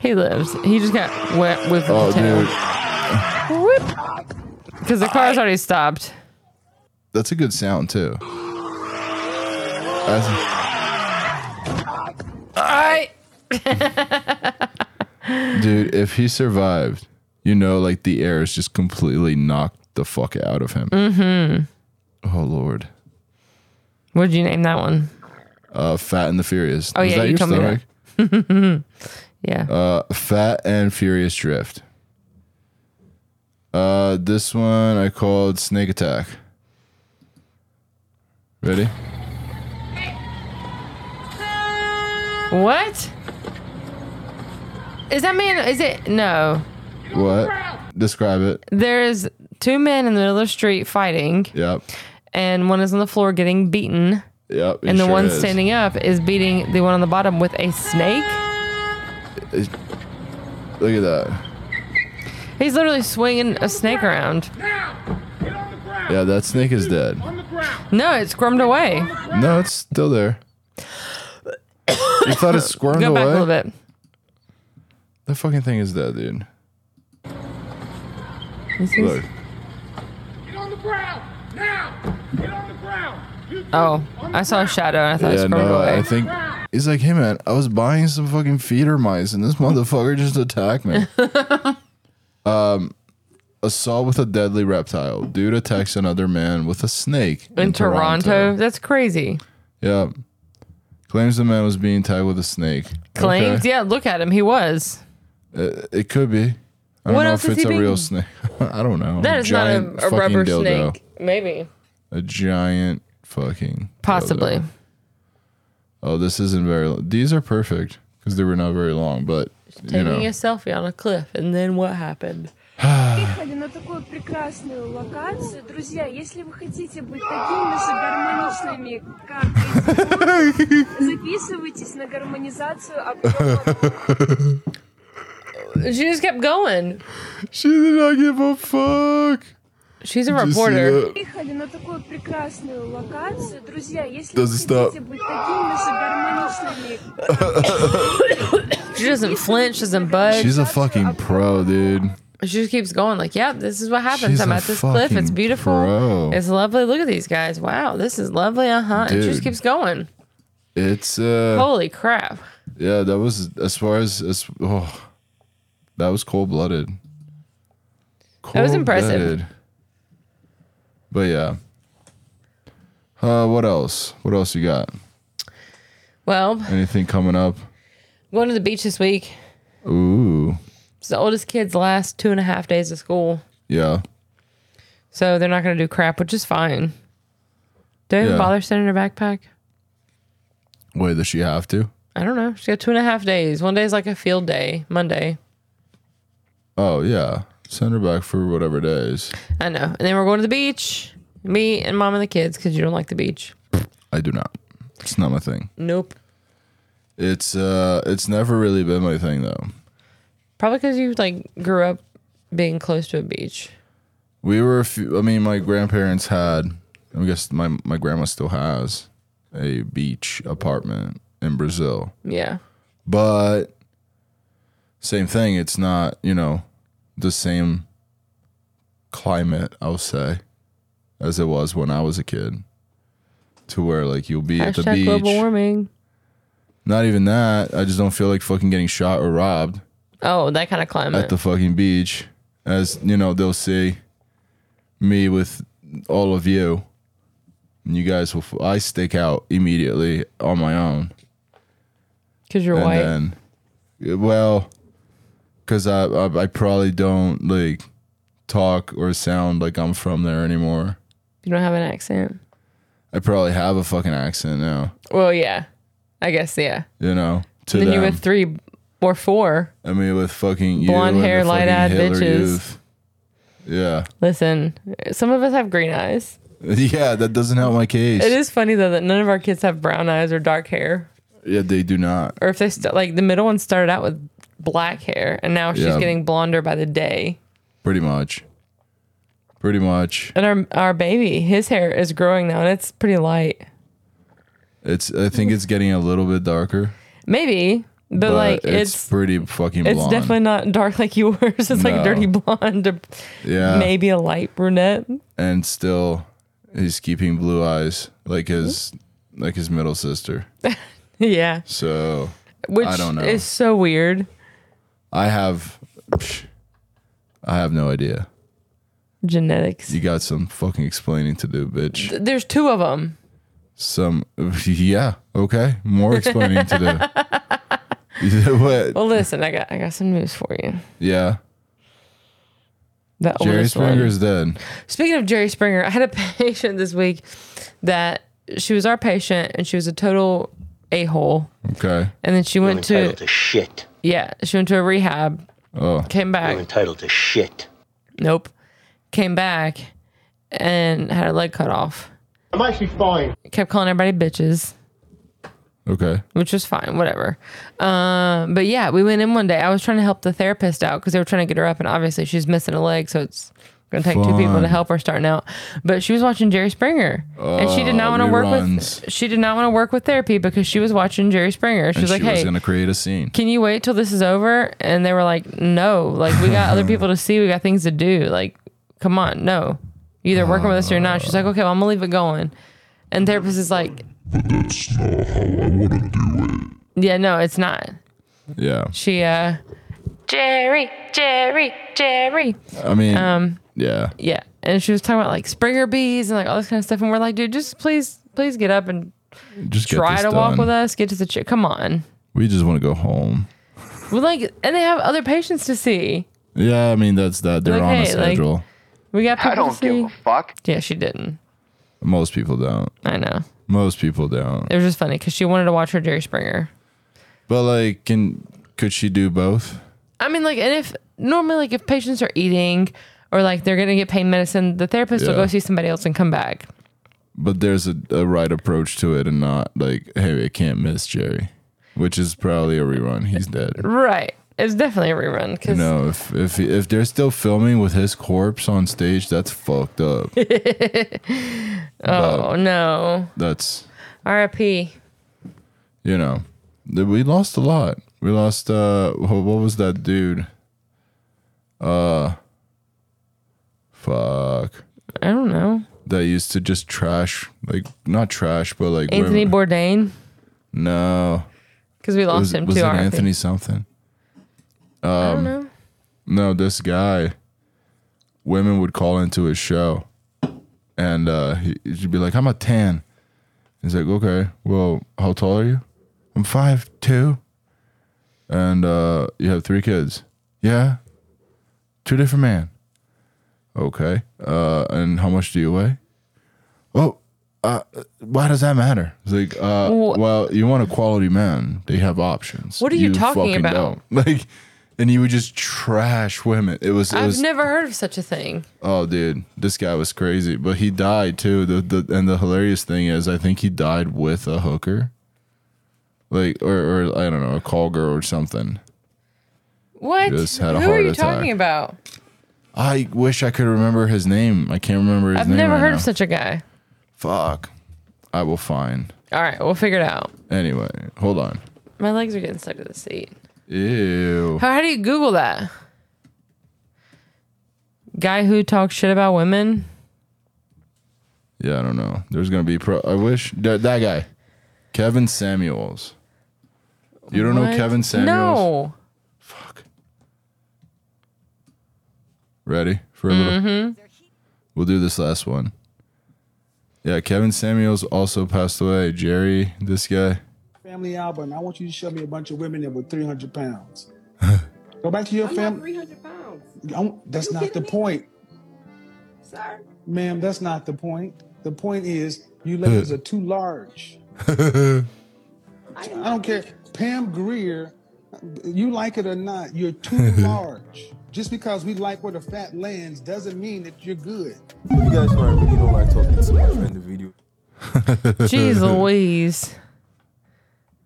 He lives. He just got wet with
Oh,
the tail.
dude,
Because the car's already stopped.
that's a good sound too. That's-
I
dude, if he survived, you know, like the air is just completely knocked the fuck out of him. Mm-hmm.
Mm-hmm.
Oh lord,
What'd you name that one?
uh, "Fat and the Furious."
Oh,
Was
yeah,
that
you
your
told me that.
stomach?
Yeah.
Uh, Fat and Furious Drift. Uh, this one I called Snake Attack. Ready?
what? Is that man? Is it? No.
What? Describe it.
There's two men in the middle of the street fighting,
Yep.
and one is on the floor getting beaten,
Yep. it
and the
sure
one
is.
standing up is beating the one on the bottom with a snake.
Look at that.
He's literally swinging a snake around.
Yeah, that snake is dead.
No, it squirmed away.
No, it's still there. You thought it squirmed
Go
away?
back a little bit.
That fucking thing is dead, dude.
This is-
Look.
oh, I saw a shadow and I thought it
Yeah,
squirmed
no,
away.
I think he's like, hey man, I was buying some fucking feeder mice and this motherfucker just attacked me. um, assault with a deadly reptile. Dude attacks another man with a snake
in, Toronto. That's crazy.
Yeah. Claims the man was being tagged with a snake.
Claims, yeah. Look at him. He was.
yeah. It could be. I don't
What
know
else
if
is
it's
he
a real
being-
snake. I don't know.
That is not
giant
a, a
fucking
rubber
dildo.
snake. Maybe.
A giant fucking.
Possibly.
dildo. Oh, this isn't very. These are perfect because they were not very long, but you
Taking
know.
a selfie on a cliff, and then what happened?
на такую прекрасную локацию. Друзья, если вы хотите быть такими же гармоничными, как эти, записывайтесь на гармонизацию огромного
She just kept going.
She did not give a fuck.
She's a
Did you see
reporter.
that?
Приехали на такую прекрасную локацию. Друзья, если
Does
вы
it
хотите
stop?
быть такими же гармоничными,
She doesn't flinch, doesn't budge.
She's a fucking pro, dude.
she just keeps going, like, yep, this is what happens.
She's
I'm
a
at this cliff. It's
fucking
beautiful.
pro.
It's lovely. Look at these guys. Wow, this is lovely. Uh huh. And she just
Dude.
keeps going.
It's uh
Holy crap.
yeah, that was as far as as oh that was cold blooded.
That was impressive.
But yeah. Uh, what else? What else you got?
Well,
Anything coming up?
going to the beach this week.
Ooh,
It's the oldest kid's last two and a half days of school.
yeah.
So they're not going to do crap, which is fine. Do they even
Yeah.
bother sending her backpack?
Wait, does she have to?
I don't know. She's got two and a half days. One day is like a field day, Monday.
Oh yeah, send her back for whatever days.
I know. And then we're going to the beach. Me and mom and the kids because you don't like the beach.
I do not. It's not my thing.
Nope.
It's uh, it's never really been my thing though.
Probably because you like grew up being close to a beach.
We were, a few, I mean, my grandparents had, I guess my my grandma still has a beach apartment in Brazil,
Yeah.
but same thing. It's not, you know, the same climate. I'll say as it was when I was a kid, to where like you'll be at the
Hashtag
beach.
global warming.
Not even that. I just don't feel like fucking getting shot or robbed
Oh, that kind of
at
climate.
the fucking beach. As you know, they'll see me with all of you, and you guys will. f- I stick out immediately on my own,
Because you're
and
white.
then, yeah, well, because I, I I probably don't like talk or sound like I'm from there anymore.
you don't have an accent.
I probably have a fucking accent now.
Well, yeah. I guess, yeah.
You know, to
then
them.
you have three or four.
I mean, with fucking you
Blonde
and the
hair, light
fucking
eyed
Hitler
bitches.
Youth. Yeah.
Listen, some of us have green eyes.
Yeah, that doesn't help my case.
It is funny though that none of our kids have brown eyes or dark hair,
Yeah, they do not.
or if they st- like the middle one started out with black hair and now she's
Yeah.
getting blonder by the day.
Pretty much. Pretty much.
And our our baby, his hair is growing now and it's pretty light.
It's. I think it's getting a little bit darker,
Maybe, but,
but,
like
it's,
it's
pretty fucking.
it's
blonde.
definitely not dark like yours. It's
No.
like dirty blonde or
Yeah.
maybe a light brunette.
And still, he's keeping blue eyes like his like his middle sister.
yeah,
So
which
I don't know.
is so weird.
I have. psh, I have no idea.
Genetics.
You got some fucking explaining to do, bitch.
Th- There's two of them.
Some, yeah, okay. More explaining to do. what?
Well, listen, I got I got some news for you.
Yeah.
The
Jerry
oldest one.
Springer is dead.
Speaking of Jerry Springer, I had a patient this week that she was our patient and she was a total a hole.
Okay.
And then she went to
shit.
yeah, she went to a rehab,
Oh.
came back.
entitled to shit.
Nope, came back and had her leg cut off.
I'm actually fine.
Kept calling everybody bitches,
Okay.
which was fine, whatever. Um, but yeah, we went in one day. I was trying to help the therapist out because they were trying to get her up, and obviously she's missing a leg, so it's gonna take two people
Fun.
to help her starting out. But she was watching Jerry Springer, and she did not
Oh,
want to work with
reruns.
she did not want to work with therapy because she was watching Jerry Springer. She
And
was like,
she was
"Hey,
going to create a scene.
can you wait till this is over?" And they were like, "No, like we got other people to see. We got things to do. Like, come on, no. You Either working with us or you're not." She's like, "Okay, well, I'm gonna leave it going." And therapist is like, "But that's not how I want to do it." Yeah, no, it's not.
Yeah.
She uh, Jerry, Jerry, Jerry.
I mean,
Um,
yeah.
Yeah. And she was talking about like Springer bees and like all this kind of stuff. And we're like, dude, just please, please get up and
Just get
try
this
to walk
done.
with us. Get to the chair. Come on.
We just want to go home.
Well, like, and they have other patients to see.
Yeah, I mean, that's that. They're
Like,
on a
hey, like-
schedule.
We got people
I
to
don't
see.
give
a fuck. Yeah, she didn't.
Most people don't.
I know.
Most people don't.
It was just funny because she wanted to watch her Jerry Springer.
But like, can could she do both?
I mean, like, and if normally, like, if patients are eating or like they're going to get pain medicine, the therapist will
Yeah.
go see somebody else and come back.
But there's a, a right approach to it, and not like, hey, I can't miss Jerry, which is probably a rerun. He's dead.
Right. It's definitely a rerun
You
because
know, if if if they're still filming with his corpse on stage, that's fucked up.
oh no,
That's
R.I.P.
you know, th- we lost a lot. We lost uh wh- what was that dude? Uh fuck.
I don't know.
That used to just trash like not trash but like
Anthony
women.
Bourdain
No.
because we lost
was,
him
was
too.
it
R.I.P.
Anthony something?
I don't
Um
know.
no, this guy women would call into his show and uh, he, he'd be like, "I'm a tan." He's like, "Okay, well, how tall are you?" "I'm five two. And uh, you have three kids. Yeah, two different man. Okay, uh, and how much do you weigh? Oh, uh, why does that matter? It's like, uh,
Wh-
well, you want a quality man. They have options.
What are you talking
fucking
about?
don't. Like, and he would just trash women. It was, it
I've
was
never heard of such a thing.
Oh, dude, this guy was crazy, but he died too. The, the and the hilarious thing is, I think he died with a hooker, like or, or I don't know, a call girl or something.
What?
Just had a
Who are
heart
you
attack.
talking about?
I wish I could remember his name. I can't remember his
I've
name.
never
right
heard
now.
of such a guy.
Fuck, I will find.
All right, we'll figure it out.
Anyway, hold on.
My legs are getting stuck to the seat.
Ew.
How, how do you Google that? Guy who talks shit about women.
Yeah, I don't know. There's gonna be pro. I wish that, that guy, Kevin Samuels. You don't know
What?
Kevin Samuels?
No.
Ready for a little?
Mm-hmm.
We'll do this last one. Yeah, Kevin Samuels also passed away. Jerry, this guy.
family album. I want you to show me a bunch of women that were 300 pounds. Go back to your
I'm not
family.
300 pounds,
That's
You
not the
kidding me?
point,
sir.
ma'am. That's not the point. The point is you ladies are too large. I don't care. Pam Greer, you like it or not, you're too large. Just because we like where the fat lands doesn't mean that you're good.
You guys know I really don't like talking so much in the video.
Jeez Louise.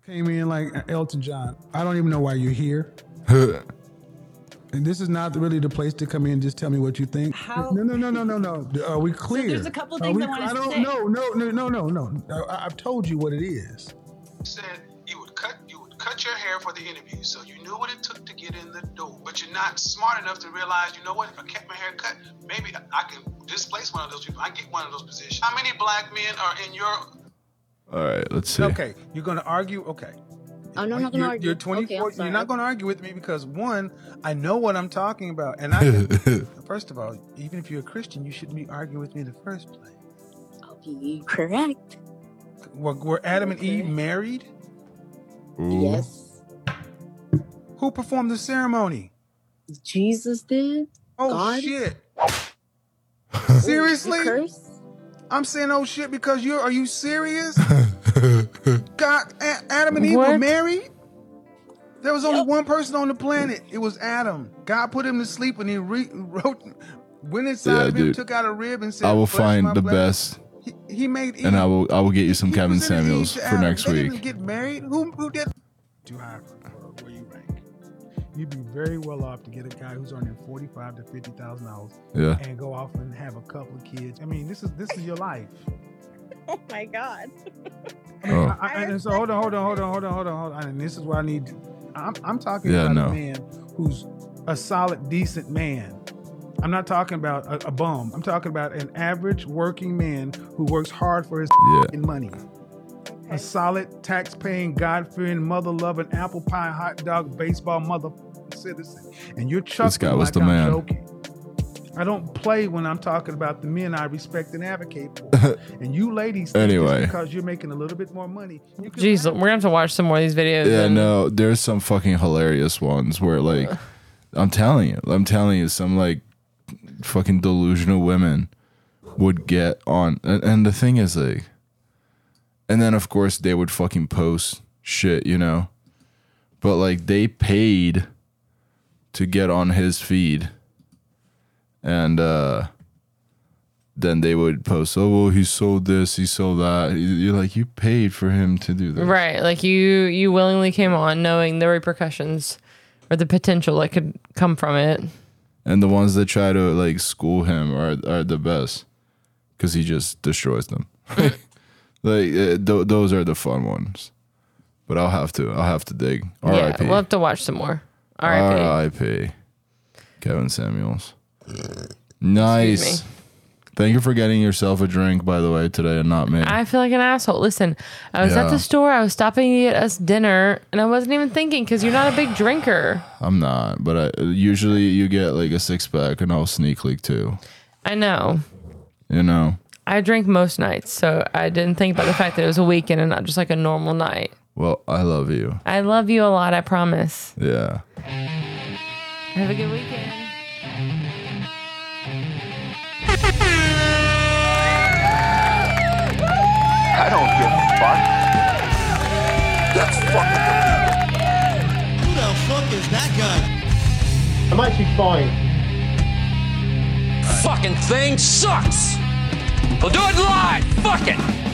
Came in like Elton John. I don't even know why you're here. And this is not really the place to come in. Just tell me what you think. no, no, no, no, no, no. Are we clear?
there's a couple
Are
things
we-
I wanted to
don't,
say.
No, no, no, no, no, no. Uh, I, I've told you what it is.
said you would cut you would cut your hair for the interview, so you knew what it took to get in the door. But you're not smart enough to realize, you know what? If I kept my hair cut, maybe I can displace one of those people. I get one of those positions. How many black men are in your
All right, let's see.
Okay, you're gonna argue. Okay.
Oh, I'm not
You're-
gonna argue.
You're
Okay,
24.
I'm sorry.
you're not gonna argue with me because one, I know what I'm talking about, and I. first of all, even if you're a Christian, you shouldn't be arguing with me in the first place.
Correct.
Were, were Adam and Eve married?
Yes.
Who performed the ceremony?
Jesus did.
Oh
God.
shit! Seriously? I'm saying oh shit because you are you serious? God, A- Adam and Eve were
What?
married. There was only one person on the planet. It was Adam. God put him to sleep and he re- wrote, went inside
Yeah,
of him,
dude.
took out a rib and said,
I will
"Bless
find
my
the
blood."
best,
He made Eve.
and I will I will get you some Kevin
presented Eve
Samuels
to
for
Adam.
next
They
week.
Didn't get married? Who who did? Too high for where you rank. You'd be very well off to get a guy who's earning forty-five to fifty thousand dollars.
Yeah.
And go off and have a couple of kids. I mean, this is this is your life.
Oh my god.
I mean,
Oh.
I, I, and so hold on, hold on, hold on, hold on, hold on, hold on. And this is where I need. I'm, I'm talking
Yeah,
about
no.
a man who's a solid, decent man. I'm not talking about a, a bum. I'm talking about an average working man who works hard for his
Yeah.
money. A solid, tax-paying, God-fearing, mother-loving, apple pie, hot dog, baseball mother citizen. And you're chuckling
This guy was
like
the
I'm
man.
joking. I don't play when I'm talking about the men I respect and advocate for. and you ladies, think just
Anyway.
because you're making a little bit more money, you can
Jeez, we're gonna have to watch some more of these videos.
Yeah,
and-
no, there's some fucking hilarious ones where like, I'm telling you, I'm telling you, some like fucking delusional women would get on, and, and the thing is like, and then of course they would fucking post shit, you know, but like they paid to get on his feed, and uh then they would post, oh well, he sold this, he sold that. You're like, you paid for him to do this.
Right, like you you willingly came on knowing the repercussions or the potential that could come from it.
and the ones that try to like school him are are the best because he just destroys them. like uh, th- those are the fun ones. But I'll have to I'll have to dig.
Yeah,
R.I.P.
we'll have to watch some more. R.I.P.
R.I.P. Kevin Samuels. Nice. Thank you for getting yourself a drink, by the way, today and not me.
I feel like an asshole. Listen, I was at
Yeah.
the store. I was stopping to get us dinner, and I wasn't even thinking because you're not a big drinker.
I'm not, but I usually you get like a six pack and I'll sneak leak too.
I know.
You know.
I drink most nights, so I didn't think about the fact that it was a weekend and not just like a normal night.
Well, I love you.
I love you a lot, I promise.
Yeah.
Have a good weekend.
I don't give a fuck. That's fucking.
Who the fuck is that guy?
I'm actually fine.
Fucking thing sucks. We'll do it live. Fuck it.